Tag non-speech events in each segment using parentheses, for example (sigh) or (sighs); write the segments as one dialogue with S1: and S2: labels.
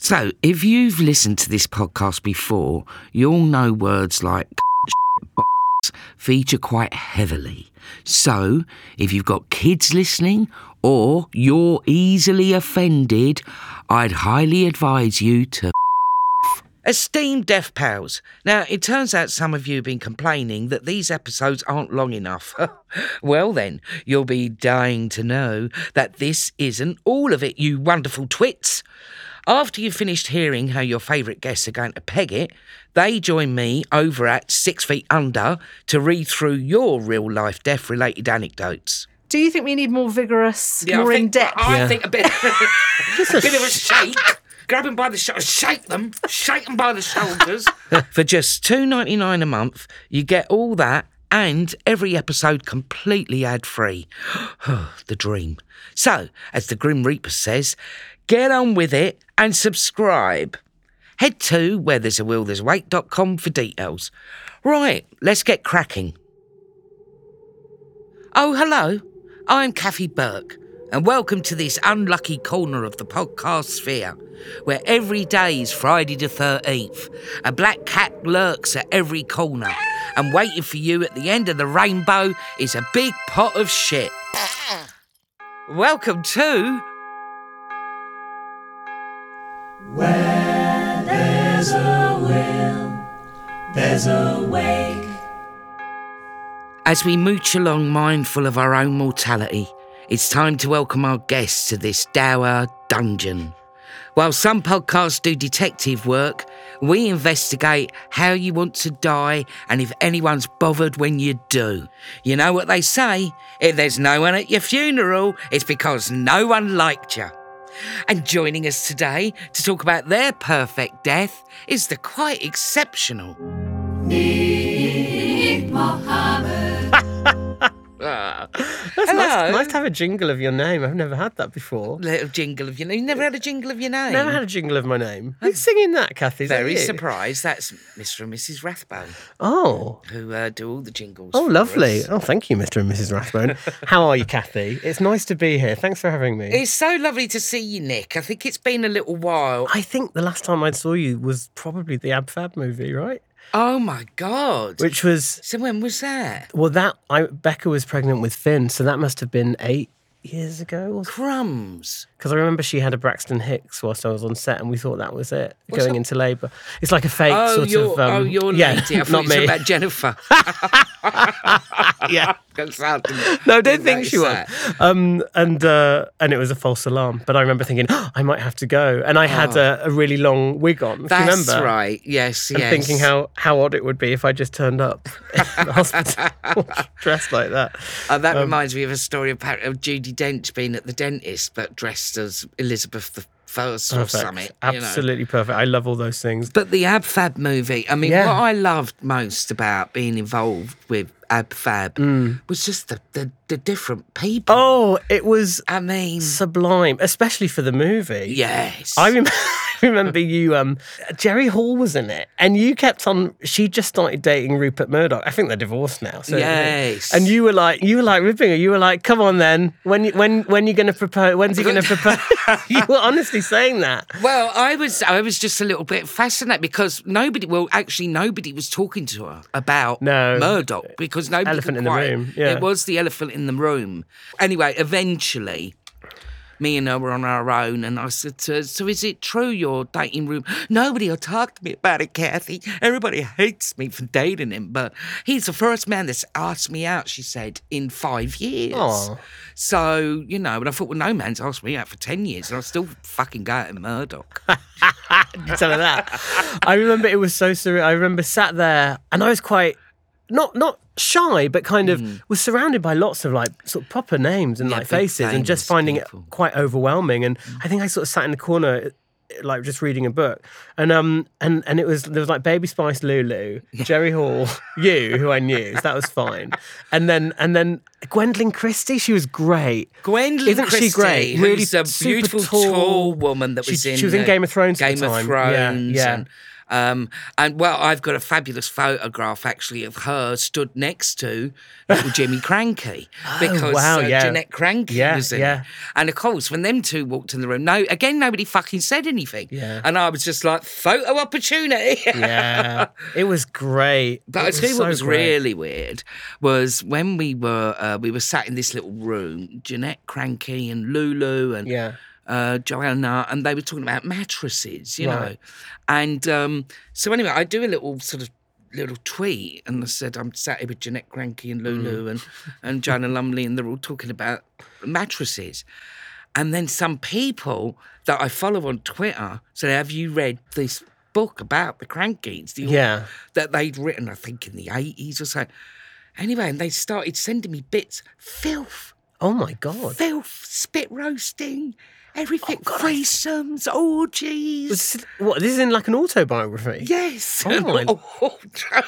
S1: So, if you've listened to this podcast before, you'll know words like (laughs) box feature quite heavily. So, if you've got kids listening or you're easily offended, I'd highly advise you to. (laughs) Esteemed Deaf Pals, now it turns out some of you have been complaining that these episodes aren't long enough. (laughs) well, then, you'll be dying to know that this isn't all of it, you wonderful twits. After you've finished hearing how your favourite guests are going to peg it, they join me over at Six Feet Under to read through your real life deaf related anecdotes.
S2: Do you think we need more vigorous,
S1: Yeah, I
S2: more
S1: think-
S2: in depth?
S1: I think a bit, (laughs) a bit of a shake. Grab them by the shoulders, shake them, shake them by the shoulders. (laughs) For just two ninety nine a month, you get all that and every episode completely ad free. (sighs) the dream. So, as the Grim Reaper says, get on with it and subscribe. Head to where there's a will there's a wait.com for details. Right, let's get cracking. Oh, hello. I'm Kathy Burke, and welcome to this unlucky corner of the podcast sphere, where every day is Friday the 13th. A black cat lurks at every corner, and waiting for you at the end of the rainbow is a big pot of shit. welcome to.
S3: There's a will, there's a wake.
S1: As we mooch along, mindful of our own mortality, it's time to welcome our guests to this dour dungeon. While some podcasts do detective work, we investigate how you want to die and if anyone's bothered when you do. You know what they say? If there's no one at your funeral, it's because no one liked you. And joining us today to talk about their perfect death is the quite exceptional
S4: That's
S1: Hello.
S4: nice, nice to have a jingle of your name. I've never had that before.
S1: little jingle of your name. You never had a jingle of your name.
S4: Never had a jingle of my name. Who's singing that, Kathy? Is that
S1: Very
S4: you?
S1: surprised. That's Mr. and Mrs. Rathbone,
S4: Oh,
S1: who uh, do all the jingles.
S4: oh,
S1: for
S4: lovely.
S1: us.
S4: Oh, thank you, Mr. and Mrs. Rathbone. How are you, Kathy? It's nice to be here. Thanks for having me.
S1: It's so lovely to see you, Nick. I think it's been a little while.
S4: I think the last time I saw you was probably the Ab Fab movie, right?
S1: Oh my God.
S4: Which was
S1: so when was that?
S4: well, that I Becca was pregnant with Finn, so that must have been eight years ago.
S1: Crumbs.
S4: Because I remember she had a Braxton Hicks whilst I was on set, and we thought that was it going into labour. It's like a fake
S1: Oh,
S4: sort
S1: your,
S4: of um,
S1: oh, your
S4: yeah, (laughs)
S1: lady. I thought
S4: not
S1: you were
S4: me.
S1: talking about Jennifer. (laughs)
S4: (laughs) yeah.
S1: That's
S4: (laughs)
S1: how I didn't-
S4: No, I don't
S1: didn't
S4: think she was.
S1: notice that.
S4: Um, and uh, and it was a false alarm. But I remember thinking (gasps) "Oh, I might have to go, and I had a, a really long wig on. if you
S1: Oh. That's
S4: remember?
S1: right. Yes,
S4: And
S1: yes.
S4: thinking how how odd it would be if I just turned up (laughs) in the hospital (laughs) dressed like that.
S1: Oh,
S4: um,
S1: that reminds me of a story about of Judy Dench being at the dentist, but dressed as Elizabeth the First or
S4: Perfect.
S1: something. you know.
S4: Absolutely perfect. I love all those things.
S1: But the Ab Fab movie, I mean,
S4: Yeah.
S1: what I loved most about being involved with Ab Fab was just the, the, the different people.
S4: Mm. Oh, it was
S1: I mean,
S4: sublime, especially for the movie.
S1: yes.
S4: I rem- (laughs) I remember you, um, Jerry Hall was in it, and you kept on. She just started dating Rupert Murdoch. I think they're divorced now. So
S1: Yes.
S4: And you were like, you were like ripping her. You were like, come on then. When you- when when you gonna propose? When's he
S1: (laughs)
S4: gonna propose? (laughs) you were honestly saying that.
S1: well, I was I was just a little bit fascinated because nobody, well, actually, nobody was talking to her about
S4: No.
S1: Murdoch because nobody.
S4: Elephant
S1: could
S4: in the
S1: quite-
S4: room, yeah.
S1: It was the elephant in the room. Anyway, eventually, me and her were on our own, and I said to her, So is it true you're dating Ruben? Nobody will talk to me about it, Kathy. Everybody hates me for dating him, but he's the first man that's asked me out, she said, in five years.
S4: Aw.
S1: So, you know, and I thought, Well, no man's asked me out for 10 years, and I'm still fucking going to Murdoch.
S4: You tell her that. I remember it was so surreal. I remember sat there, and I was quite not not shy, but kind of was surrounded by lots of like sort of proper names and
S1: Mm. Yeah,
S4: like
S1: big Mm.
S4: faces, and just
S1: famous
S4: finding
S1: people.
S4: it quite overwhelming. And I think I sort of sat in the corner like just reading a book, and um and and it was there was like Baby
S1: (laughs)
S4: Spice, Lulu, Jerry Hall, you who I knew, so that was fine, and then and then Gwendolyn Christie, she was great.
S1: Gwendolyn
S4: Isn't
S1: Christie,
S4: she great? Really
S1: who's a
S4: super
S1: beautiful
S4: tall-
S1: tall, woman that
S4: She-
S1: was in
S4: she was in
S1: the
S4: Game of Thrones at
S1: Game
S4: the
S1: of
S4: time. Yeah,
S1: Thrones,
S4: yeah.
S1: and um, and well, I've got a fabulous photograph actually of her stood next to little
S4: (laughs)
S1: Jimmy Cranky because
S4: Oh,
S1: uh,
S4: wow, yeah.
S1: Jeanette Cranky
S4: Yeah,
S1: was in
S4: yeah.
S1: it. And of course, when them two walked in the room, no, again, nobody fucking said anything.
S4: Yeah.
S1: And I was just like, photo opportunity. (laughs)
S4: (laughs) Yeah, it was great.
S1: But I
S4: It
S1: tell you what
S4: so
S1: was
S4: great.
S1: really weird was when we were uh, we were sat in this little room, Jeanette Cranky and Lulu and
S4: Yeah.
S1: uh, Joanna, and they were talking about mattresses, you know.
S4: Right.
S1: And um, so anyway, I do a little sort of little tweet, and I said I'm sat here with Jeanette Cranky and Lulu
S4: Mm. (laughs)
S1: and and Joanna Lumley, and they're all talking about mattresses. And then some people that I follow on Twitter said, "Have you read this book about the Crankies?" The
S4: Yeah.
S1: that they'd written, I think, in the eighties or so. Anyway, and they started sending me bits, filth,
S4: Oh my god.
S1: filth, spit roasting,
S4: Oh,
S1: everything, threesomes, orgies.
S4: This is- what this is in like an autobiography.
S1: yes. (laughs)
S4: Oh my-
S1: Oh,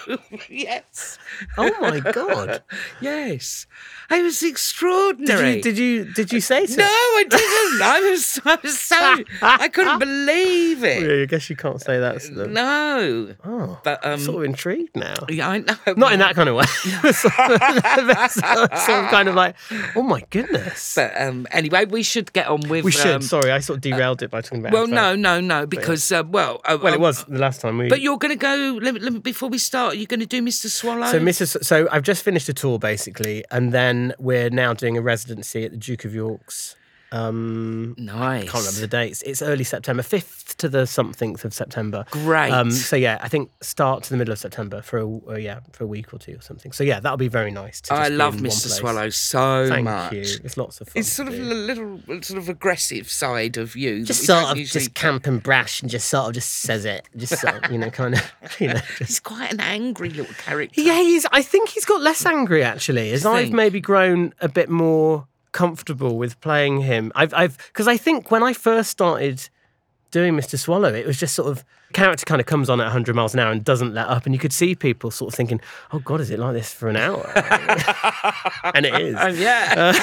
S1: no, (laughs) yes.
S4: Oh my
S1: (laughs)
S4: god.
S1: Yes. It was extraordinary.
S4: Did you did you did you say so?
S1: no, I didn't. I was, I was
S4: (laughs)
S1: so, I couldn't believe it.
S4: Oh, Yeah, I guess you can't say that to them.
S1: No.
S4: Oh,
S1: But,
S4: I'm
S1: um,
S4: sort of intrigued now.
S1: Yeah, I know.
S4: Not in that kind
S1: (laughs)
S4: of way. (laughs) sort of sort of kind of like, oh my goodness.
S1: But um, anyway, we should get on with.
S4: we should.
S1: um,
S4: sorry, I sort of derailed it by talking about.
S1: Well,
S4: Advert.
S1: no, no, no, because uh, well, uh,
S4: Well,
S1: um,
S4: it was the last time we.
S1: But you're going to go let me- let me- before we start. You're going to do Mr. Swallow.
S4: So, Mrs. So, I've just finished a tour basically, and then we're now doing a residency at the Duke of York's. Um,
S1: nice.
S4: can't remember the dates. It's early September, fifth to the somethingth of September.
S1: Great.
S4: Um, so yeah, I think start to the middle of September for a uh, yeah for a week or two or something. So yeah, that'll be very nice. To
S1: I
S4: just be
S1: love
S4: in one
S1: Mr.
S4: place.
S1: Swallow so
S4: Thank
S1: much.
S4: you. It's lots of fun.
S1: It's sort
S4: to
S1: of a
S4: do.
S1: little, sort of aggressive side of you. that
S4: just
S1: we don't
S4: sort of
S1: usually-
S4: just camp and brash and just sort of just says it. Just sort of, you know, kind of (laughs) you know. Just.
S1: He's quite an angry little character.
S4: Yeah, he's. I think he's got less angry actually, as I've
S1: think?
S4: maybe grown a bit more comfortable with playing him. I've, I've, because I think when I first started doing Mr. Swallow, it was just sort of character kind of comes on at 100 miles an hour and doesn't let up, and you could see people sort of thinking, "Oh God, is it like this for an hour?" (laughs) and it is.
S1: Um, yeah.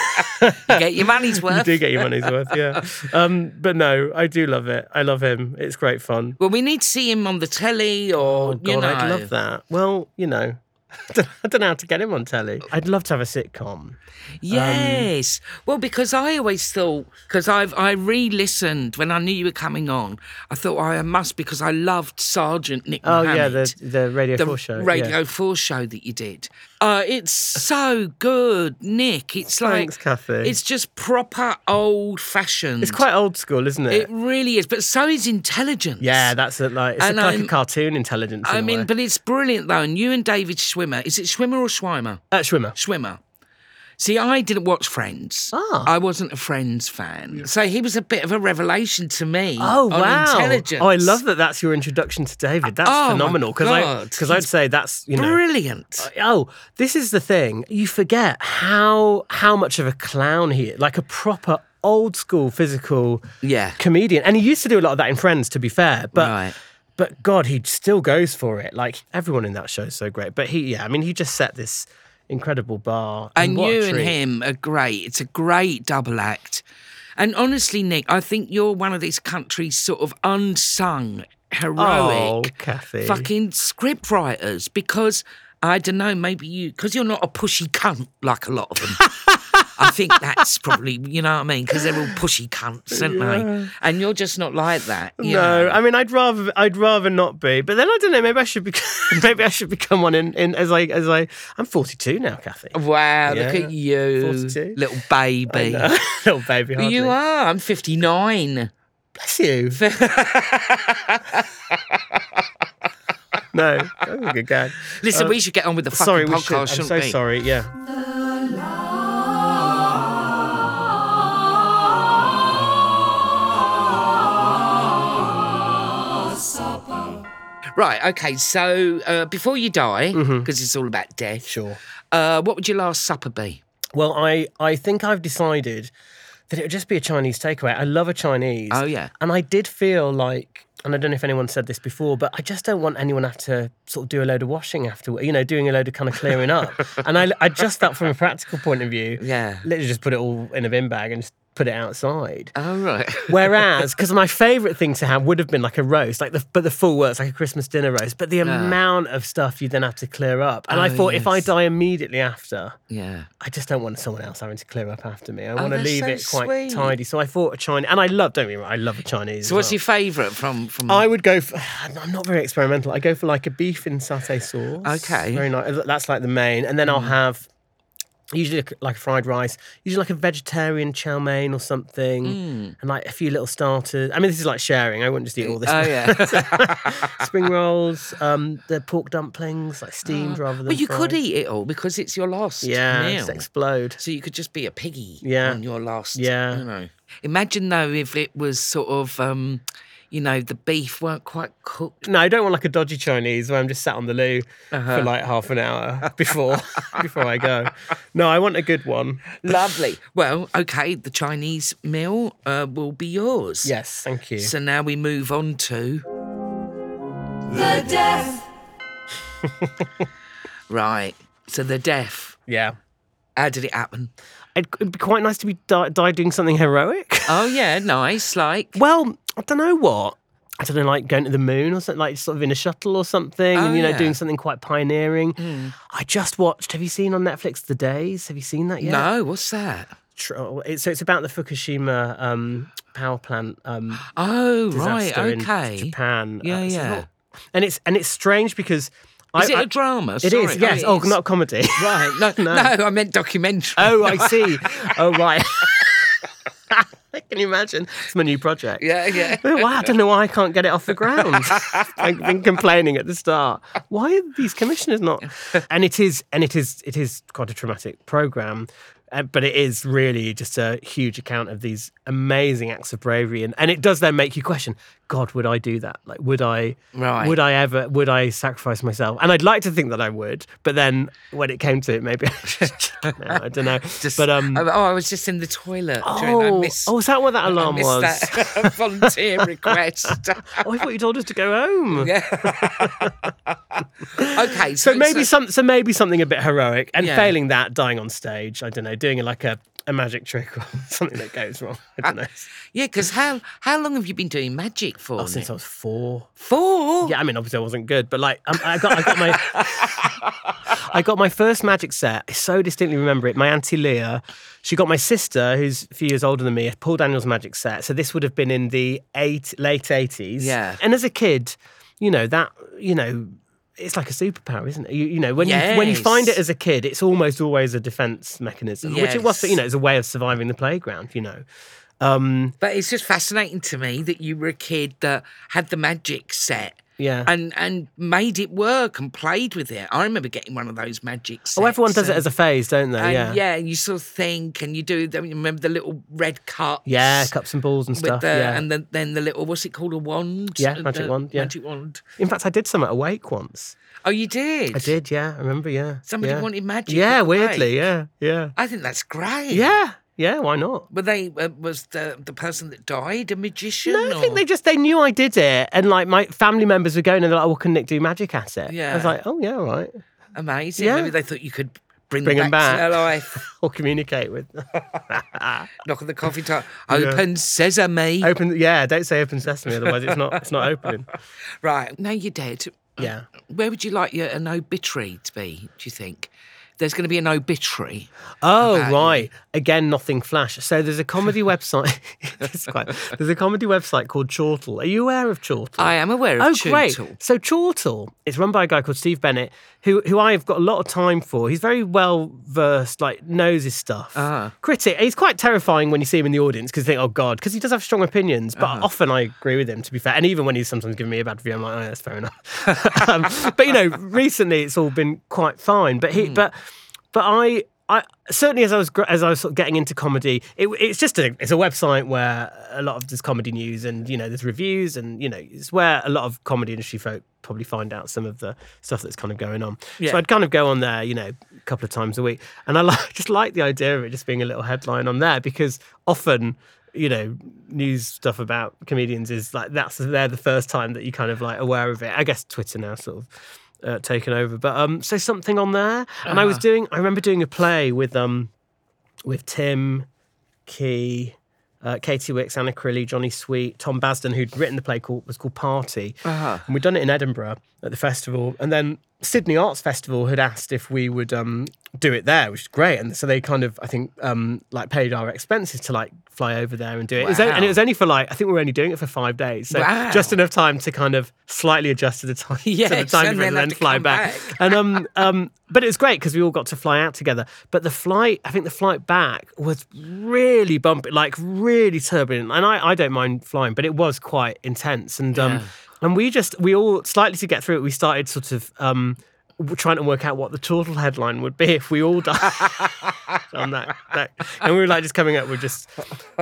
S4: (laughs)
S1: Get your money's
S4: You
S1: worth.
S4: do get your money's worth, yeah. Um, but no, I do love it. I love him. It's great fun.
S1: Well, we need to see him on the telly, or
S4: Oh, God,
S1: you know,
S4: I'd love that. Well, you know, (laughs) I don't know how to get him on telly. I'd love to have a sitcom. Um,
S1: Yes. well, because I always thought because I've I re-listened when I knew you were coming on. I thought "Oh, I must because I loved Sergeant Nick.
S4: Oh yeah,
S1: Mohammed,
S4: the the Radio
S1: the
S4: Four show.
S1: Radio
S4: yeah.
S1: Four show that you did. Uh, it's so good, Nick. It's
S4: Thanks,
S1: like
S4: Kathy.
S1: It's just proper old fashioned.
S4: It's quite old school, isn't it?
S1: It really is, but so is intelligence.
S4: yeah, that's it. Like it's
S1: And
S4: like
S1: I'm-
S4: a cartoon intelligence.
S1: I
S4: in a
S1: mean,
S4: way.
S1: but it's brilliant though. And you and David Schwimmer. Is it Schwimmer or Schweimer?
S4: uh, Schwimmer.
S1: Schwimmer. See, I didn't watch Friends.
S4: Ah.
S1: I wasn't a Friends fan. So he was a bit of a revelation to me.
S4: Oh
S1: on
S4: wow!
S1: Intelligence.
S4: Oh, I love that. That's your introduction to David. That's
S1: Oh, my
S4: phenomenal because I
S1: God.
S4: because I'd say that's you know
S1: Brilliant.
S4: Oh, this is the thing. You forget how how much of a clown he is. Like a proper old school physical
S1: Yeah.
S4: comedian. And he used to do a lot of that in Friends, to be fair. But
S1: Right.
S4: but God, he still goes for it. Like everyone in that show is so great. But he yeah, I mean he just set this incredible bar.
S1: And
S4: what a
S1: you and
S4: treat.
S1: him are great. It's a great double act. And honestly, Nick, I think you're one of this country's sort of unsung,
S4: Oh,
S1: heroic,
S4: Kathy.
S1: fucking script writers because I don't know, maybe you, because you're not a pushy cunt like a lot of
S4: (laughs)
S1: them. I think that's probably, you know what I mean? Because they're all pushy cunts, aren't they? And you're just not like that. You
S4: no,
S1: know?
S4: I mean, I'd rather I'd rather not be. But then I don't know. Maybe I should be. (laughs) maybe I should become one. In, in as I as I I'm 42 now, Kathy.
S1: Wow, look
S4: Yeah.
S1: at you,
S4: 42.
S1: little baby.
S4: (laughs) Little baby.
S1: Well, Oh. You
S4: hardly.
S1: are. I'm 59.
S4: Bless you.
S1: (laughs)
S4: no, that was a good gag.
S1: Listen, we should get on with the fucking
S4: Uh, Sorry, we should. I'm
S1: podcast, shouldn't
S4: so
S1: we?
S4: sorry. Yeah.
S1: Right, okay. So uh, before you die, because
S4: Mm-hmm.
S1: it's all about death,
S4: Sure.
S1: uh, what would your last supper be?
S4: Well, I I think I've decided that it would just be a Chinese takeaway. I love a Chinese.
S1: Oh, yeah.
S4: And I did feel like, and I don't know if anyone said this before, but I just don't want anyone have to sort of do a load of washing afterward, you know, doing a load of kind of
S1: (laughs)
S4: clearing up. and I, I just that from a practical point of view.
S1: Yeah.
S4: Literally just put it all in a bin bag and just put it outside.
S1: Oh,
S4: (laughs)
S1: right.
S4: Whereas, because my favourite thing to have would have been like a roast, like the but the full works, like a Christmas dinner roast. But the amount of stuff you then have to clear up, and
S1: Ah.
S4: I
S1: Oh,
S4: thought if I
S1: yes.
S4: die immediately after,
S1: yeah.
S4: I just don't want someone else having to clear up after me. I want to
S1: Oh, that's
S4: leave
S1: so
S4: it quite
S1: sweet.
S4: tidy. So I thought a Chinese, and I love. Don't get me wrong, I love a Chinese.
S1: So,
S4: as
S1: what's
S4: well.
S1: your favourite from from?
S4: I would go. For, (sighs) I'm not very experimental. I go for like a beef in satay sauce.
S1: Okay. Mm.
S4: very nice. That's like the main, and then I'll have usually like a fried rice, usually like a vegetarian chow mein or something,
S1: Mm.
S4: and like a few little starters. I mean, this is like sharing. I wouldn't just eat all this. (laughs)
S1: Oh yeah.
S4: Spring
S1: (laughs)
S4: rolls, um, the pork dumplings, like
S1: (gasps)
S4: steamed rather than.
S1: Well, you could
S4: fried.
S1: eat it all because it's your last
S4: Yeah,
S1: meal.
S4: just explode.
S1: So you could just be a piggy
S4: Yeah.
S1: on your last.
S4: Yeah.
S1: You know. Imagine though if it was sort of, um, you know, the beef weren't quite cooked.
S4: No, I don't want like a dodgy Chinese where I'm just sat on the loo
S1: Uh-huh.
S4: for like half an
S1: (laughs)
S4: hour before (laughs) before I go. No, I want a good one.
S1: Lovely. (laughs) Well, okay, the Chinese meal uh, will be yours.
S4: Yes, thank you.
S1: So now we move on to
S3: The death.
S1: (laughs) right. So the death.
S4: yeah.
S1: How did it happen?
S4: It'd, it'd be quite nice to be die, die doing something heroic. (laughs)
S1: Oh yeah, nice. Like
S4: well, I don't know what. I don't know, like going to the moon or something, like sort of in a shuttle or something,
S1: Oh,
S4: and you know,
S1: yeah. Hmm.
S4: doing something quite pioneering. I just watched. Have you seen on Netflix The Days? Have you seen that yet?
S1: no, what's that?
S4: Tr- oh, it- So it's about the Fukushima um, power plant um,
S1: Oh (gasps) right,
S4: disaster in
S1: okay.
S4: Japan. Uh,
S1: Yeah,
S4: it's
S1: yeah.
S4: not- and it's and it's strange because I,
S1: Is it
S4: I-
S1: a drama?
S4: It
S1: Sorry.
S4: is. Yes.
S1: it
S4: Oh,
S1: is.
S4: not comedy. (laughs)
S1: right. No, no, I meant documentary.
S4: oh, I see. Oh,
S1: (laughs)
S4: right. (laughs) Can you imagine? It's my new project.
S1: Yeah, yeah.
S4: Wow, I don't know why I can't get it off
S1: (laughs)
S4: the ground. I've been complaining at the start. Why are these commissioners not? And it is, and it is, it is quite a traumatic program, uh, but it is really just a huge account of these amazing acts of bravery, and, and it does then make you question: God, would I do that? Like, would I?
S1: Right.
S4: Would I ever? Would I sacrifice myself? And I'd like to think that I would, but then when it came to it, maybe (laughs) I, just, no, I don't know.
S1: (laughs) Just-
S4: but um.
S1: oh, oh, I was just in the toilet. during, I
S4: Oh,
S1: missed,
S4: oh, is that what
S1: (laughs)
S4: that
S1: I
S4: alarm
S1: missed
S4: was?
S1: that (laughs)
S4: (laughs)
S1: volunteer request. (laughs)
S4: Oh, I thought you told us to go home.
S1: okay, so,
S4: So maybe some, so maybe something a bit heroic, and
S1: Yeah.
S4: failing that, dying on stage. I don't know, doing like a, a magic trick or (laughs) something that goes wrong. I don't know.
S1: yeah, because how how long have you been doing magic for? Nick?
S4: Oh, Since I was four.
S1: Four.
S4: Yeah, I mean, obviously I wasn't good, but like um, I got,
S1: (laughs)
S4: I got my, I got my first magic set. I so distinctly remember it. My auntie Leah, she got my sister, who's a few years older than me, Paul Daniels magic set. So this would have been in the eight late eighties.
S1: Yeah.
S4: And as a kid, you know that you know. It's like a superpower, isn't it? You, you know, when you when you find it
S1: Yes.
S4: as a kid, it's almost always a defense mechanism, which it was.
S1: Yes.
S4: But, you know, it's a way of surviving the playground. You know,
S1: But it's just fascinating to me that you were a kid that had the magic set.
S4: Yeah.
S1: And and made it work and played with it. I remember getting one of those magic sets.
S4: oh, everyone does it
S1: and-
S4: as a phase, don't they?
S1: And
S4: yeah,
S1: yeah. you sort of think and you do them. You remember the little red cups?
S4: yeah, cups and balls and
S1: With
S4: stuff.
S1: the,
S4: yeah.
S1: And then, then the little, what's it called? A wand?
S4: Yeah,
S1: Uh,
S4: magic
S1: the
S4: wand, yeah.
S1: Magic wand.
S4: In fact, I did some at Awake once.
S1: Oh, you did?
S4: I did, yeah. I remember, yeah.
S1: Somebody
S4: yeah.
S1: wanted magic
S4: Yeah,
S1: at Awake.
S4: weirdly, yeah, yeah,
S1: I think that's great.
S4: yeah, yeah. Why not?
S1: Were they, uh, was the, the person that died a magician?
S4: No, I think
S1: or-
S4: they just they knew I did it, and like my family members were going, and they're like, "Well, can Nick do magic at it?" I was
S1: Yeah.
S4: like, "Oh yeah, all right." (laughs)
S1: Amazing.
S4: Yeah.
S1: Maybe they thought you could bring,
S4: Bring 'em
S1: them back,
S4: back.
S1: to their life.
S4: Or communicate with. (laughs) them.
S1: Knock on the coffee
S4: (laughs)
S1: top. Open sesame.
S4: open, yeah. Don't say open sesame, otherwise it's not it's not opening.
S1: (laughs) Right. Now you're dead.
S4: Yeah.
S1: Where would you like your, an obituary to be, do you think? There's going to be an obituary.
S4: Oh
S1: about you.
S4: right, again nothing flash. So there's a comedy website. (laughs) it's quite, there's a comedy website called Chortle. Are you aware of Chortle?
S1: I am aware of
S4: Oh,
S1: Tootle.
S4: great. So Chortle is run by a guy called Steve Bennett, who who I've got a lot of time for. He's very well versed, like knows his stuff.
S1: Ah.
S4: Critic. He's quite terrifying when you see him in the audience because you think, oh god, because he does have strong opinions. But
S1: Uh-huh.
S4: often I agree with him, to be fair. And even when he's sometimes giving me a bad review, I'm like, oh, that's fair (laughs)
S1: Hmm.
S4: enough. um, but you know, recently it's all been quite fine. But he, but but I. I certainly as I was gr- as I was sort of getting into comedy, it, it's just a it's a website where a lot of there's comedy news and you know there's reviews and you know it's where a lot of comedy industry folk probably find out some of the stuff that's kind of going on.
S1: Yeah.
S4: So I'd kind of go on there, you know, a couple of times a week, and I (laughs) like, just like the idea of it just being a little headline on there because often. You know, news stuff about comedians is like that's they're the first time that you kind of like aware of it. I guess Twitter now sort of uh, taken over. But um, so something on there, and I was doing. I remember doing a play with um, with Tim, Key, uh, Katie Wicks, Anna Crilly, Johnny Sweet, Tom Basden, who'd written the play called was called Party,
S1: Uh-huh.
S4: and we'd done it in Edinburgh at the festival, and then Sydney Arts Festival had asked if we would um, do it there, which is great, and so they kind of I think um, like paid our expenses to like fly over there and do it, It was o- and it was only for like I think we were only doing it for five days, so
S1: Wow.
S4: just enough time to kind of slightly adjust to the time
S1: (laughs) Yeah,
S4: to the
S1: it's
S4: time
S1: and then
S4: difference and
S1: have
S4: then
S1: to
S4: fly
S1: come
S4: back.
S1: back. (laughs)
S4: and um, um, but it was great because we all got to fly out together. But the flight, I think the flight back was really bumpy, like really turbulent. And I, I don't mind flying, but it was quite intense. And um, and we just we all slightly to get through it, we started sort of um. w- Trying to work out what the total headline would be if we all died on that, that, and we were like just coming up with just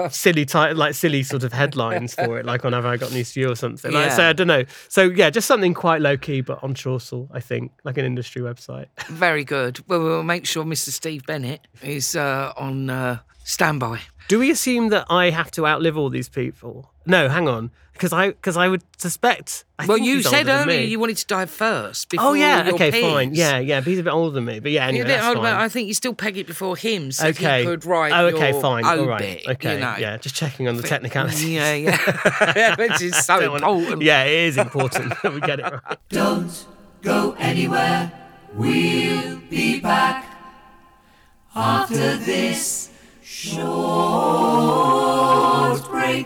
S4: silly, ti- like silly sort of headlines for it, like on Have I Got News for You or something. Like, so
S1: Yeah.
S4: I don't know. So yeah, just something quite low key, but on Chaucer, I think, like an industry website.
S1: Very good. Well, we'll make sure Mr. Steve Bennett is uh, on uh, standby.
S4: Do we assume that I have to outlive all these people? No, hang on, because I because I would suspect. I
S1: well,
S4: think
S1: you
S4: he's older
S1: said
S4: than
S1: earlier
S4: me.
S1: you wanted to die first. Before
S4: Oh yeah,
S1: your
S4: okay,
S1: peers.
S4: fine, yeah, yeah. But he's a bit older than me, but yeah,
S1: You're
S4: anyway,
S1: a bit
S4: that's
S1: old, but
S4: fine.
S1: I think you still peg it before him, so
S4: okay.
S1: he could write
S4: oh, okay,
S1: your
S4: fine.
S1: own
S4: All right.
S1: bit,
S4: okay.
S1: you know.
S4: Yeah, just checking on the
S5: (laughs)
S4: technicality.
S1: Yeah,
S4: (laughs)
S1: yeah. Which is so
S4: Don't wanna-
S1: important.
S4: Yeah, it is important that we get it right.
S3: Don't go anywhere. We'll be back after this short break.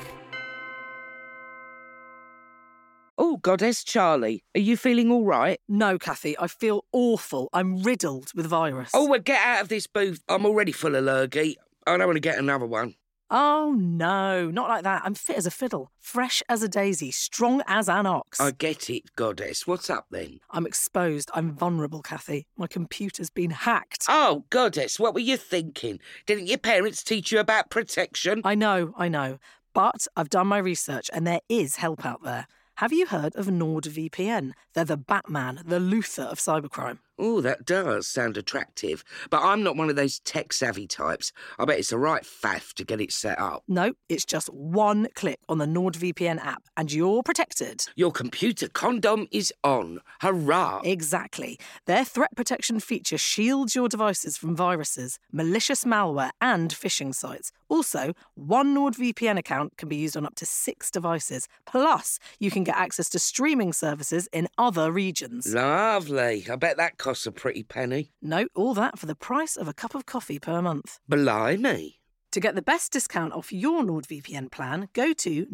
S5: Oh, Goddess Charlie, are you feeling all right?
S6: No, Kathy, I feel awful. I'm riddled with virus.
S5: Oh, well, get out of this booth. I'm already full of lurgy. I don't want to get another one.
S6: Oh, no, not like that. I'm fit as a fiddle, fresh as a daisy, strong as an ox.
S5: I get it, Goddess. What's up then?
S6: I'm exposed. I'm vulnerable, Kathy. My computer's been hacked.
S5: Oh, Goddess, what were you thinking? Didn't your parents teach you about protection?
S6: I know, I know. But I've done my research and there is help out there. Have you heard of NordVPN? They're the Batman, the Luther of cybercrime.
S5: Oh, that does sound attractive. But I'm not one of those tech savvy types. I bet it's the right faff to get it set up.
S6: No, it's just one click on the NordVPN app and you're protected.
S5: Your computer condom is on. Hurrah!
S6: Exactly. Their threat protection feature shields your devices from viruses, malicious malware, and phishing sites. Also, one NordVPN account can be used on up to six devices. Plus, you can get access to streaming services in other regions.
S5: Lovely. I bet that costs a pretty penny.
S6: No, all that for the price of a cup of coffee per month.
S5: Blimey.
S6: To get the best discount off your NordVPN plan, go to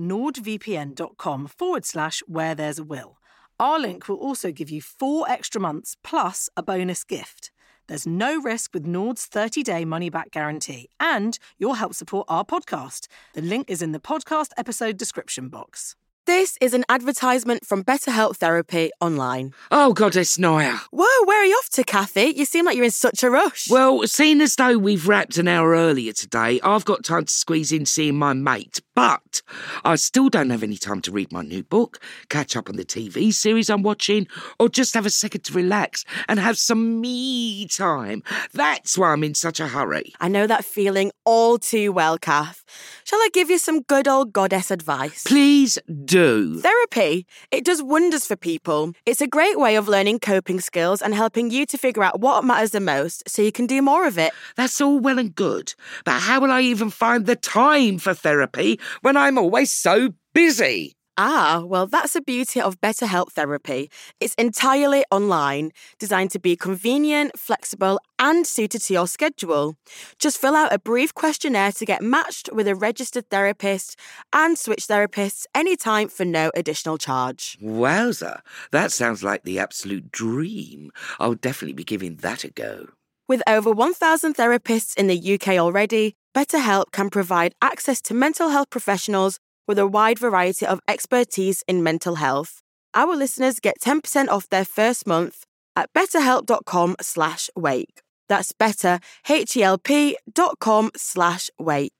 S6: nordvpn.com forward slash where there's a will. Our link will also give you four extra months plus a bonus gift. There's no risk with Nord's 30 day money back guarantee, and you'll help support our podcast. The link is in the podcast episode description box.
S7: This is an advertisement from Better Help Therapy Online.
S5: Oh, Goddess Naya.
S7: Whoa, where are you off to, Kathy? You seem like you're in such a rush.
S5: Well, seeing as though we've wrapped an hour earlier today, I've got time to squeeze in seeing my mate, but I still don't have any time to read my new book, catch up on the TV series I'm watching, or just have a second to relax and have some me time. That's why I'm in such a hurry.
S7: I know that feeling all too well, Kath. Shall I give you some good old goddess advice?
S5: Please do.
S7: Therapy. It does wonders for people. It's a great way of learning coping skills and helping you to figure out what matters the most so you can do more of it.
S5: That's all well and good, but how will I even find the time for therapy when I'm always so busy?
S7: Ah, well, that's the beauty of BetterHelp Therapy. It's entirely online, designed to be convenient, flexible, and suited to your schedule. Just fill out a brief questionnaire to get matched with a registered therapist and switch therapists anytime for no additional charge.
S5: Wowza, that sounds like the absolute dream. I'll definitely be giving that a go.
S7: With over 1,000 therapists in the UK already, BetterHelp can provide access to mental health professionals with a wide variety of expertise in mental health. Our listeners get 10% off their first month at betterhelp.com slash wake. That's E betterhelp.com slash wake.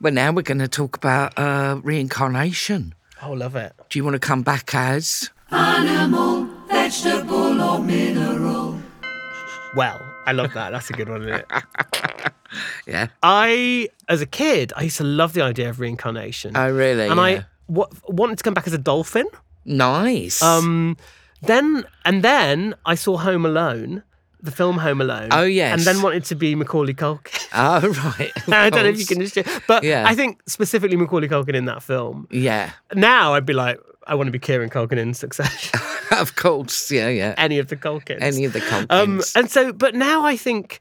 S1: Well, now we're going to talk about uh, reincarnation.
S4: (laughs) Oh, love it.
S1: Do you want to come back as?
S3: Animal, vegetable, or mineral.
S4: Well, I love that. That's a good one, isn't it?
S1: Yeah.
S4: I, as a kid, I used to love the idea of reincarnation.
S1: Oh, really?
S4: and
S1: Yeah.
S4: I wa- wanted to come back as a dolphin.
S1: Nice. (laughs)
S4: Um, then and then I saw Home Alone, the film Home Alone.
S1: Oh, yes.
S4: and then wanted to be Macaulay Culkin.
S1: oh, right. of
S4: (laughs) I don't know if you
S1: course.
S4: can just, but
S1: Yeah.
S4: I think specifically Macaulay Culkin in that film.
S1: Yeah, (laughs)
S4: Now I'd be like, I want to be Kieran Culkin in Succession. (laughs)
S1: of course. Yeah, yeah.
S4: Any of the Culkins.
S1: Any of the Culkins.
S4: Um, and so, but now I think,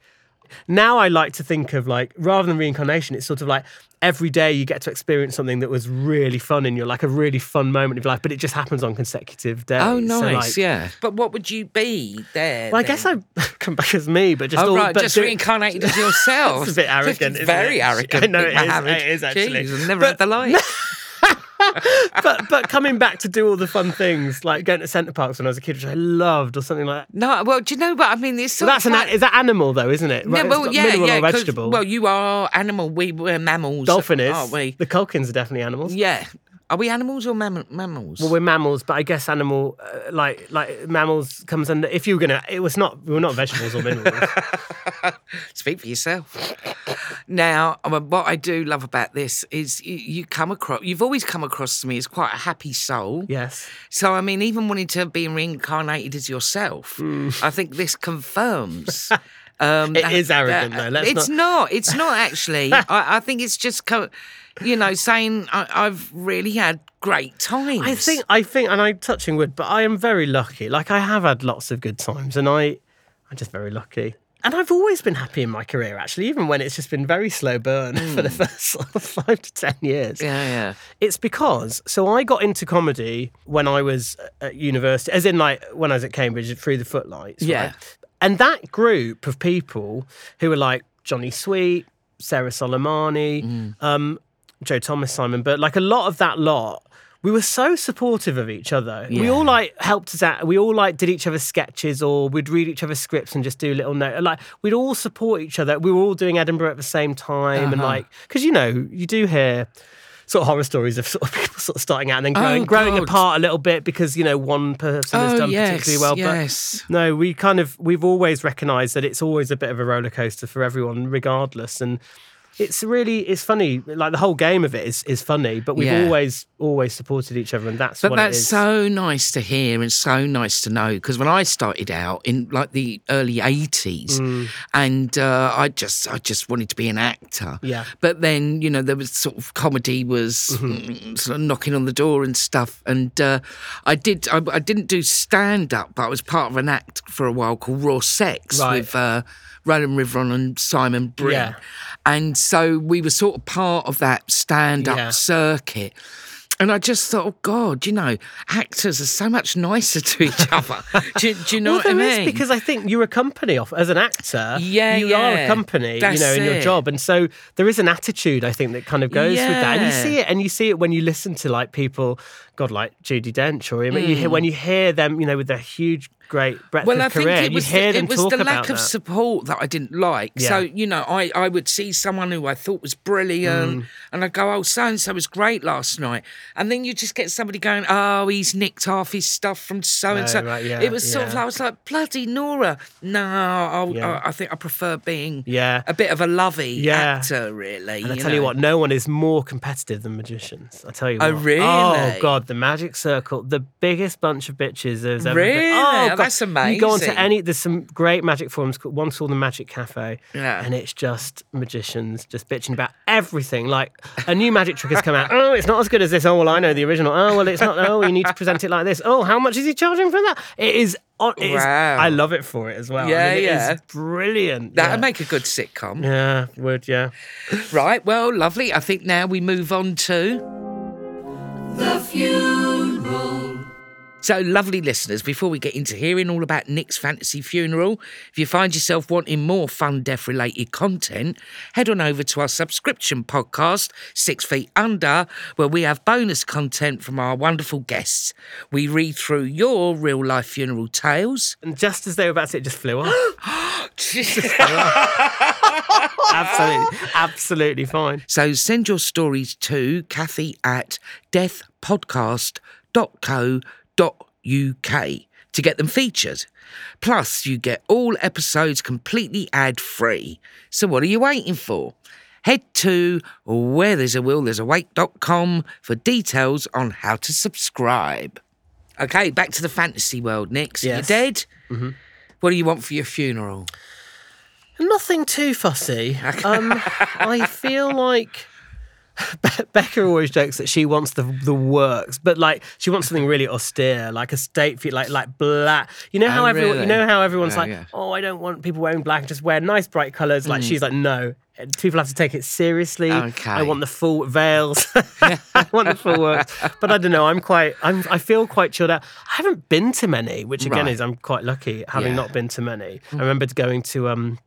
S4: now I like to think of like, rather than reincarnation, it's sort of like every day you get to experience something that was really fun in your like a really fun moment of your life, but it just happens on consecutive days.
S1: oh,
S4: So,
S1: nice.
S4: like,
S1: yeah. But what would you be there?
S4: Well, I guess I (laughs)
S1: then?
S4: come back as me, but just
S1: Oh
S4: all,
S1: right,
S4: but
S1: just
S4: do-
S1: reincarnated as yourself.
S4: (laughs) It's a bit arrogant,
S1: It's
S4: isn't
S1: very
S4: it?
S1: arrogant.
S4: I know it is,
S1: Mohammed.
S4: it is actually.
S1: Jeez, I've never
S4: But-
S1: had the like.
S4: (laughs) but but coming back to do all the fun things like going to centre parks when I was a kid, which I loved, or something like
S1: (laughs)
S4: that.
S1: No, well, do you know what I mean? It's
S4: So
S1: sort
S4: that's
S1: of
S4: an
S1: like,
S4: is that animal though, isn't it?
S1: No,
S4: Right, it's
S1: well,
S4: got
S1: yeah,
S4: mineral
S1: yeah.
S4: or
S1: 'cause-
S4: vegetable.
S1: Well, you are animal. We were mammals.
S4: dolphin is.
S1: Aren't we?
S4: The Culkins are definitely animals.
S1: Yeah. Are we animals or mam- mammals?
S4: Well, we're mammals, but I guess animal uh, like like mammals comes under. If you were gonna, it was not we were not vegetables or minerals.
S1: Speak for yourself. now, I mean, what I do love about this is you, you come across, you've always come across to me as quite a happy soul.
S4: yes,
S1: So, I mean, even wanting to be reincarnated as yourself, I think this
S4: (laughs)
S1: confirms. Um,
S4: Mm. It is arrogant, though. Let's
S1: it's not. It's not
S4: (laughs)
S1: actually. I, I think it's just, co- you know, saying I, I've really had great times.
S4: I think I think, and I'm touching wood, but I am very lucky. Like I have had lots of good times, and I I'm just very lucky. And I've always been happy in my career, actually, even when it's just been very slow burn (laughs) for the first sort of five to ten years.
S1: Yeah, yeah.
S4: It's because so I got into comedy when I was at university, as in like when I was at Cambridge through the footlights.
S1: Yeah.
S4: right? And that group of people who were like Johnny Sweet, Sarah Soleimani,
S1: Mm.
S4: um, Joe Thomas, Simon But like a lot of that lot, we were so supportive of each other. We
S1: Yeah.
S4: all like helped us out. We all like did each other's sketches or we'd read each other's scripts and just do little note. Like we'd all support each other. We were all doing Edinburgh at the same time
S1: Uh-huh.
S4: and like because you know you do hear sort of horror stories of (laughs) sort of people sort of starting out and then growing,
S1: Oh,
S4: growing
S1: God.
S4: apart a little bit because you know one person has
S1: Oh,
S4: done
S1: yes,
S4: particularly well.
S1: yes.
S4: But no, we kind of we've always recognised that it's always a bit of a roller coaster for everyone, regardless. And it's really it's funny. Like the whole game of it is is funny, but we've
S1: Yeah.
S4: always always supported each other, and that's
S1: But
S4: what
S1: that's
S4: it is.
S1: so nice to hear and so nice to know because when I started out in like the early 80s
S4: Mm.
S1: and uh, I just I just wanted to be an actor.
S4: Yeah.
S1: But then, you know, there was sort of comedy was
S4: Mm-hmm.
S1: mm, sort of knocking on the door and stuff and uh, I did I, I didn't do stand up but I was part of an act for a while called Raw Sex
S4: Right.
S1: with uh, Roland Riveron and Simon Brin.
S4: Yeah.
S1: And so we were sort of part of that stand up
S4: Yeah.
S1: circuit. And I just thought, oh God, you know, actors are so much nicer to each
S4: (laughs)
S1: other. do, do you know
S4: well,
S1: what I
S4: there
S1: mean?
S4: is, because I think you're a company off as an actor.
S1: Yeah,
S4: you are
S1: yeah.
S4: a company,
S1: That's
S4: you know, in your
S1: it.
S4: job, and so there is an attitude I think that kind of goes with that, and you
S1: Yeah.
S4: see it, and you see it when you listen to like people, God, like Judy Dench, or I mean, you hear when you hear them, you know, with their huge, great breadth
S1: Hmm. well,
S4: of
S1: I think
S4: career,
S1: it
S4: you
S1: was,
S4: hear
S1: the,
S4: them
S1: it was
S4: talk
S1: the
S4: about
S1: lack of
S4: that.
S1: support that I didn't like. So,
S4: Yeah.
S1: you know, I, I would see someone who I thought was
S4: Mm.
S1: brilliant and I'd go, oh, so and so was great last night. And then you just get somebody going, oh, he's nicked half his stuff from so and so.
S4: Oh, right, yeah,
S1: It was sort of
S4: yeah.
S1: like, I was like, bloody Nora. No, I,
S4: Yeah.
S1: I, I think I prefer being
S4: Yeah.
S1: a bit of a lovey
S4: Yeah.
S1: actor, really.
S4: And I tell you
S1: know.
S4: what, no one is more competitive than magicians. I tell you.
S1: Oh,
S4: what.
S1: really?
S4: Oh god, the magic circle, the biggest bunch of bitches there's ever
S1: Really?
S4: been. Oh,
S1: Oh,
S4: God.
S1: that's
S4: You go on to
S1: amazing.
S4: any. There's some great magic forums. called- One's called the Magic Cafe.
S1: Yeah.
S4: And it's just magicians just bitching about everything. Like a new magic trick has come out. Oh, it's not as good as this. Oh well, I know the original. Oh well, it's not. Oh, you need to present it like this. Oh, how much is he charging for that? It is. oh, It is
S1: Wow.
S4: I love it for it as well. I
S1: Yeah,
S4: mean, it is
S1: yeah.
S4: brilliant.
S1: That'd
S4: yeah.
S1: make a good sitcom.
S4: Yeah, would yeah.
S1: Right, well, lovely. I think now we move on to.
S3: The funeral.
S1: So, lovely listeners, before we get into hearing all about Nick's fantasy funeral, if you find yourself wanting more fun death related content, head on over to our subscription podcast, Six Feet Under, where we have bonus content from our wonderful guests. We read through your real life funeral tales.
S4: And just as they were about to, say it it just flew off. (gasps) absolutely, absolutely fine.
S1: So send your stories to Kathy at deathpodcast.co.uk to get them featured. Plus, you get all episodes completely ad free. So, what are you waiting for? Head to where there's a will, there's a wake.com for details on how to subscribe. Okay, back to the fantasy world, Nick. So
S4: Yes. Mm-hmm.
S1: You're dead? What do you want for your funeral?
S4: Nothing too fussy. Um, I feel like Be- Becca always jokes that she wants the the works, but like she wants something really austere, like a state fee, like like black. You know how
S1: Oh,
S4: everyone, you
S1: really?
S4: know how everyone's
S1: Oh,
S4: like,
S1: yeah.
S4: oh, I don't want people wearing black. Just wear nice bright colours. Like she's like, no, people have to take it seriously. I
S1: Okay.
S4: want the full veils. (laughs) I want the full works. But I don't know. I'm quite. I'm. I feel quite chilled out. I haven't been to many, which again
S1: Right.
S4: is I'm quite lucky having
S1: Yeah. Hmm.
S4: not been to many. I remember going to um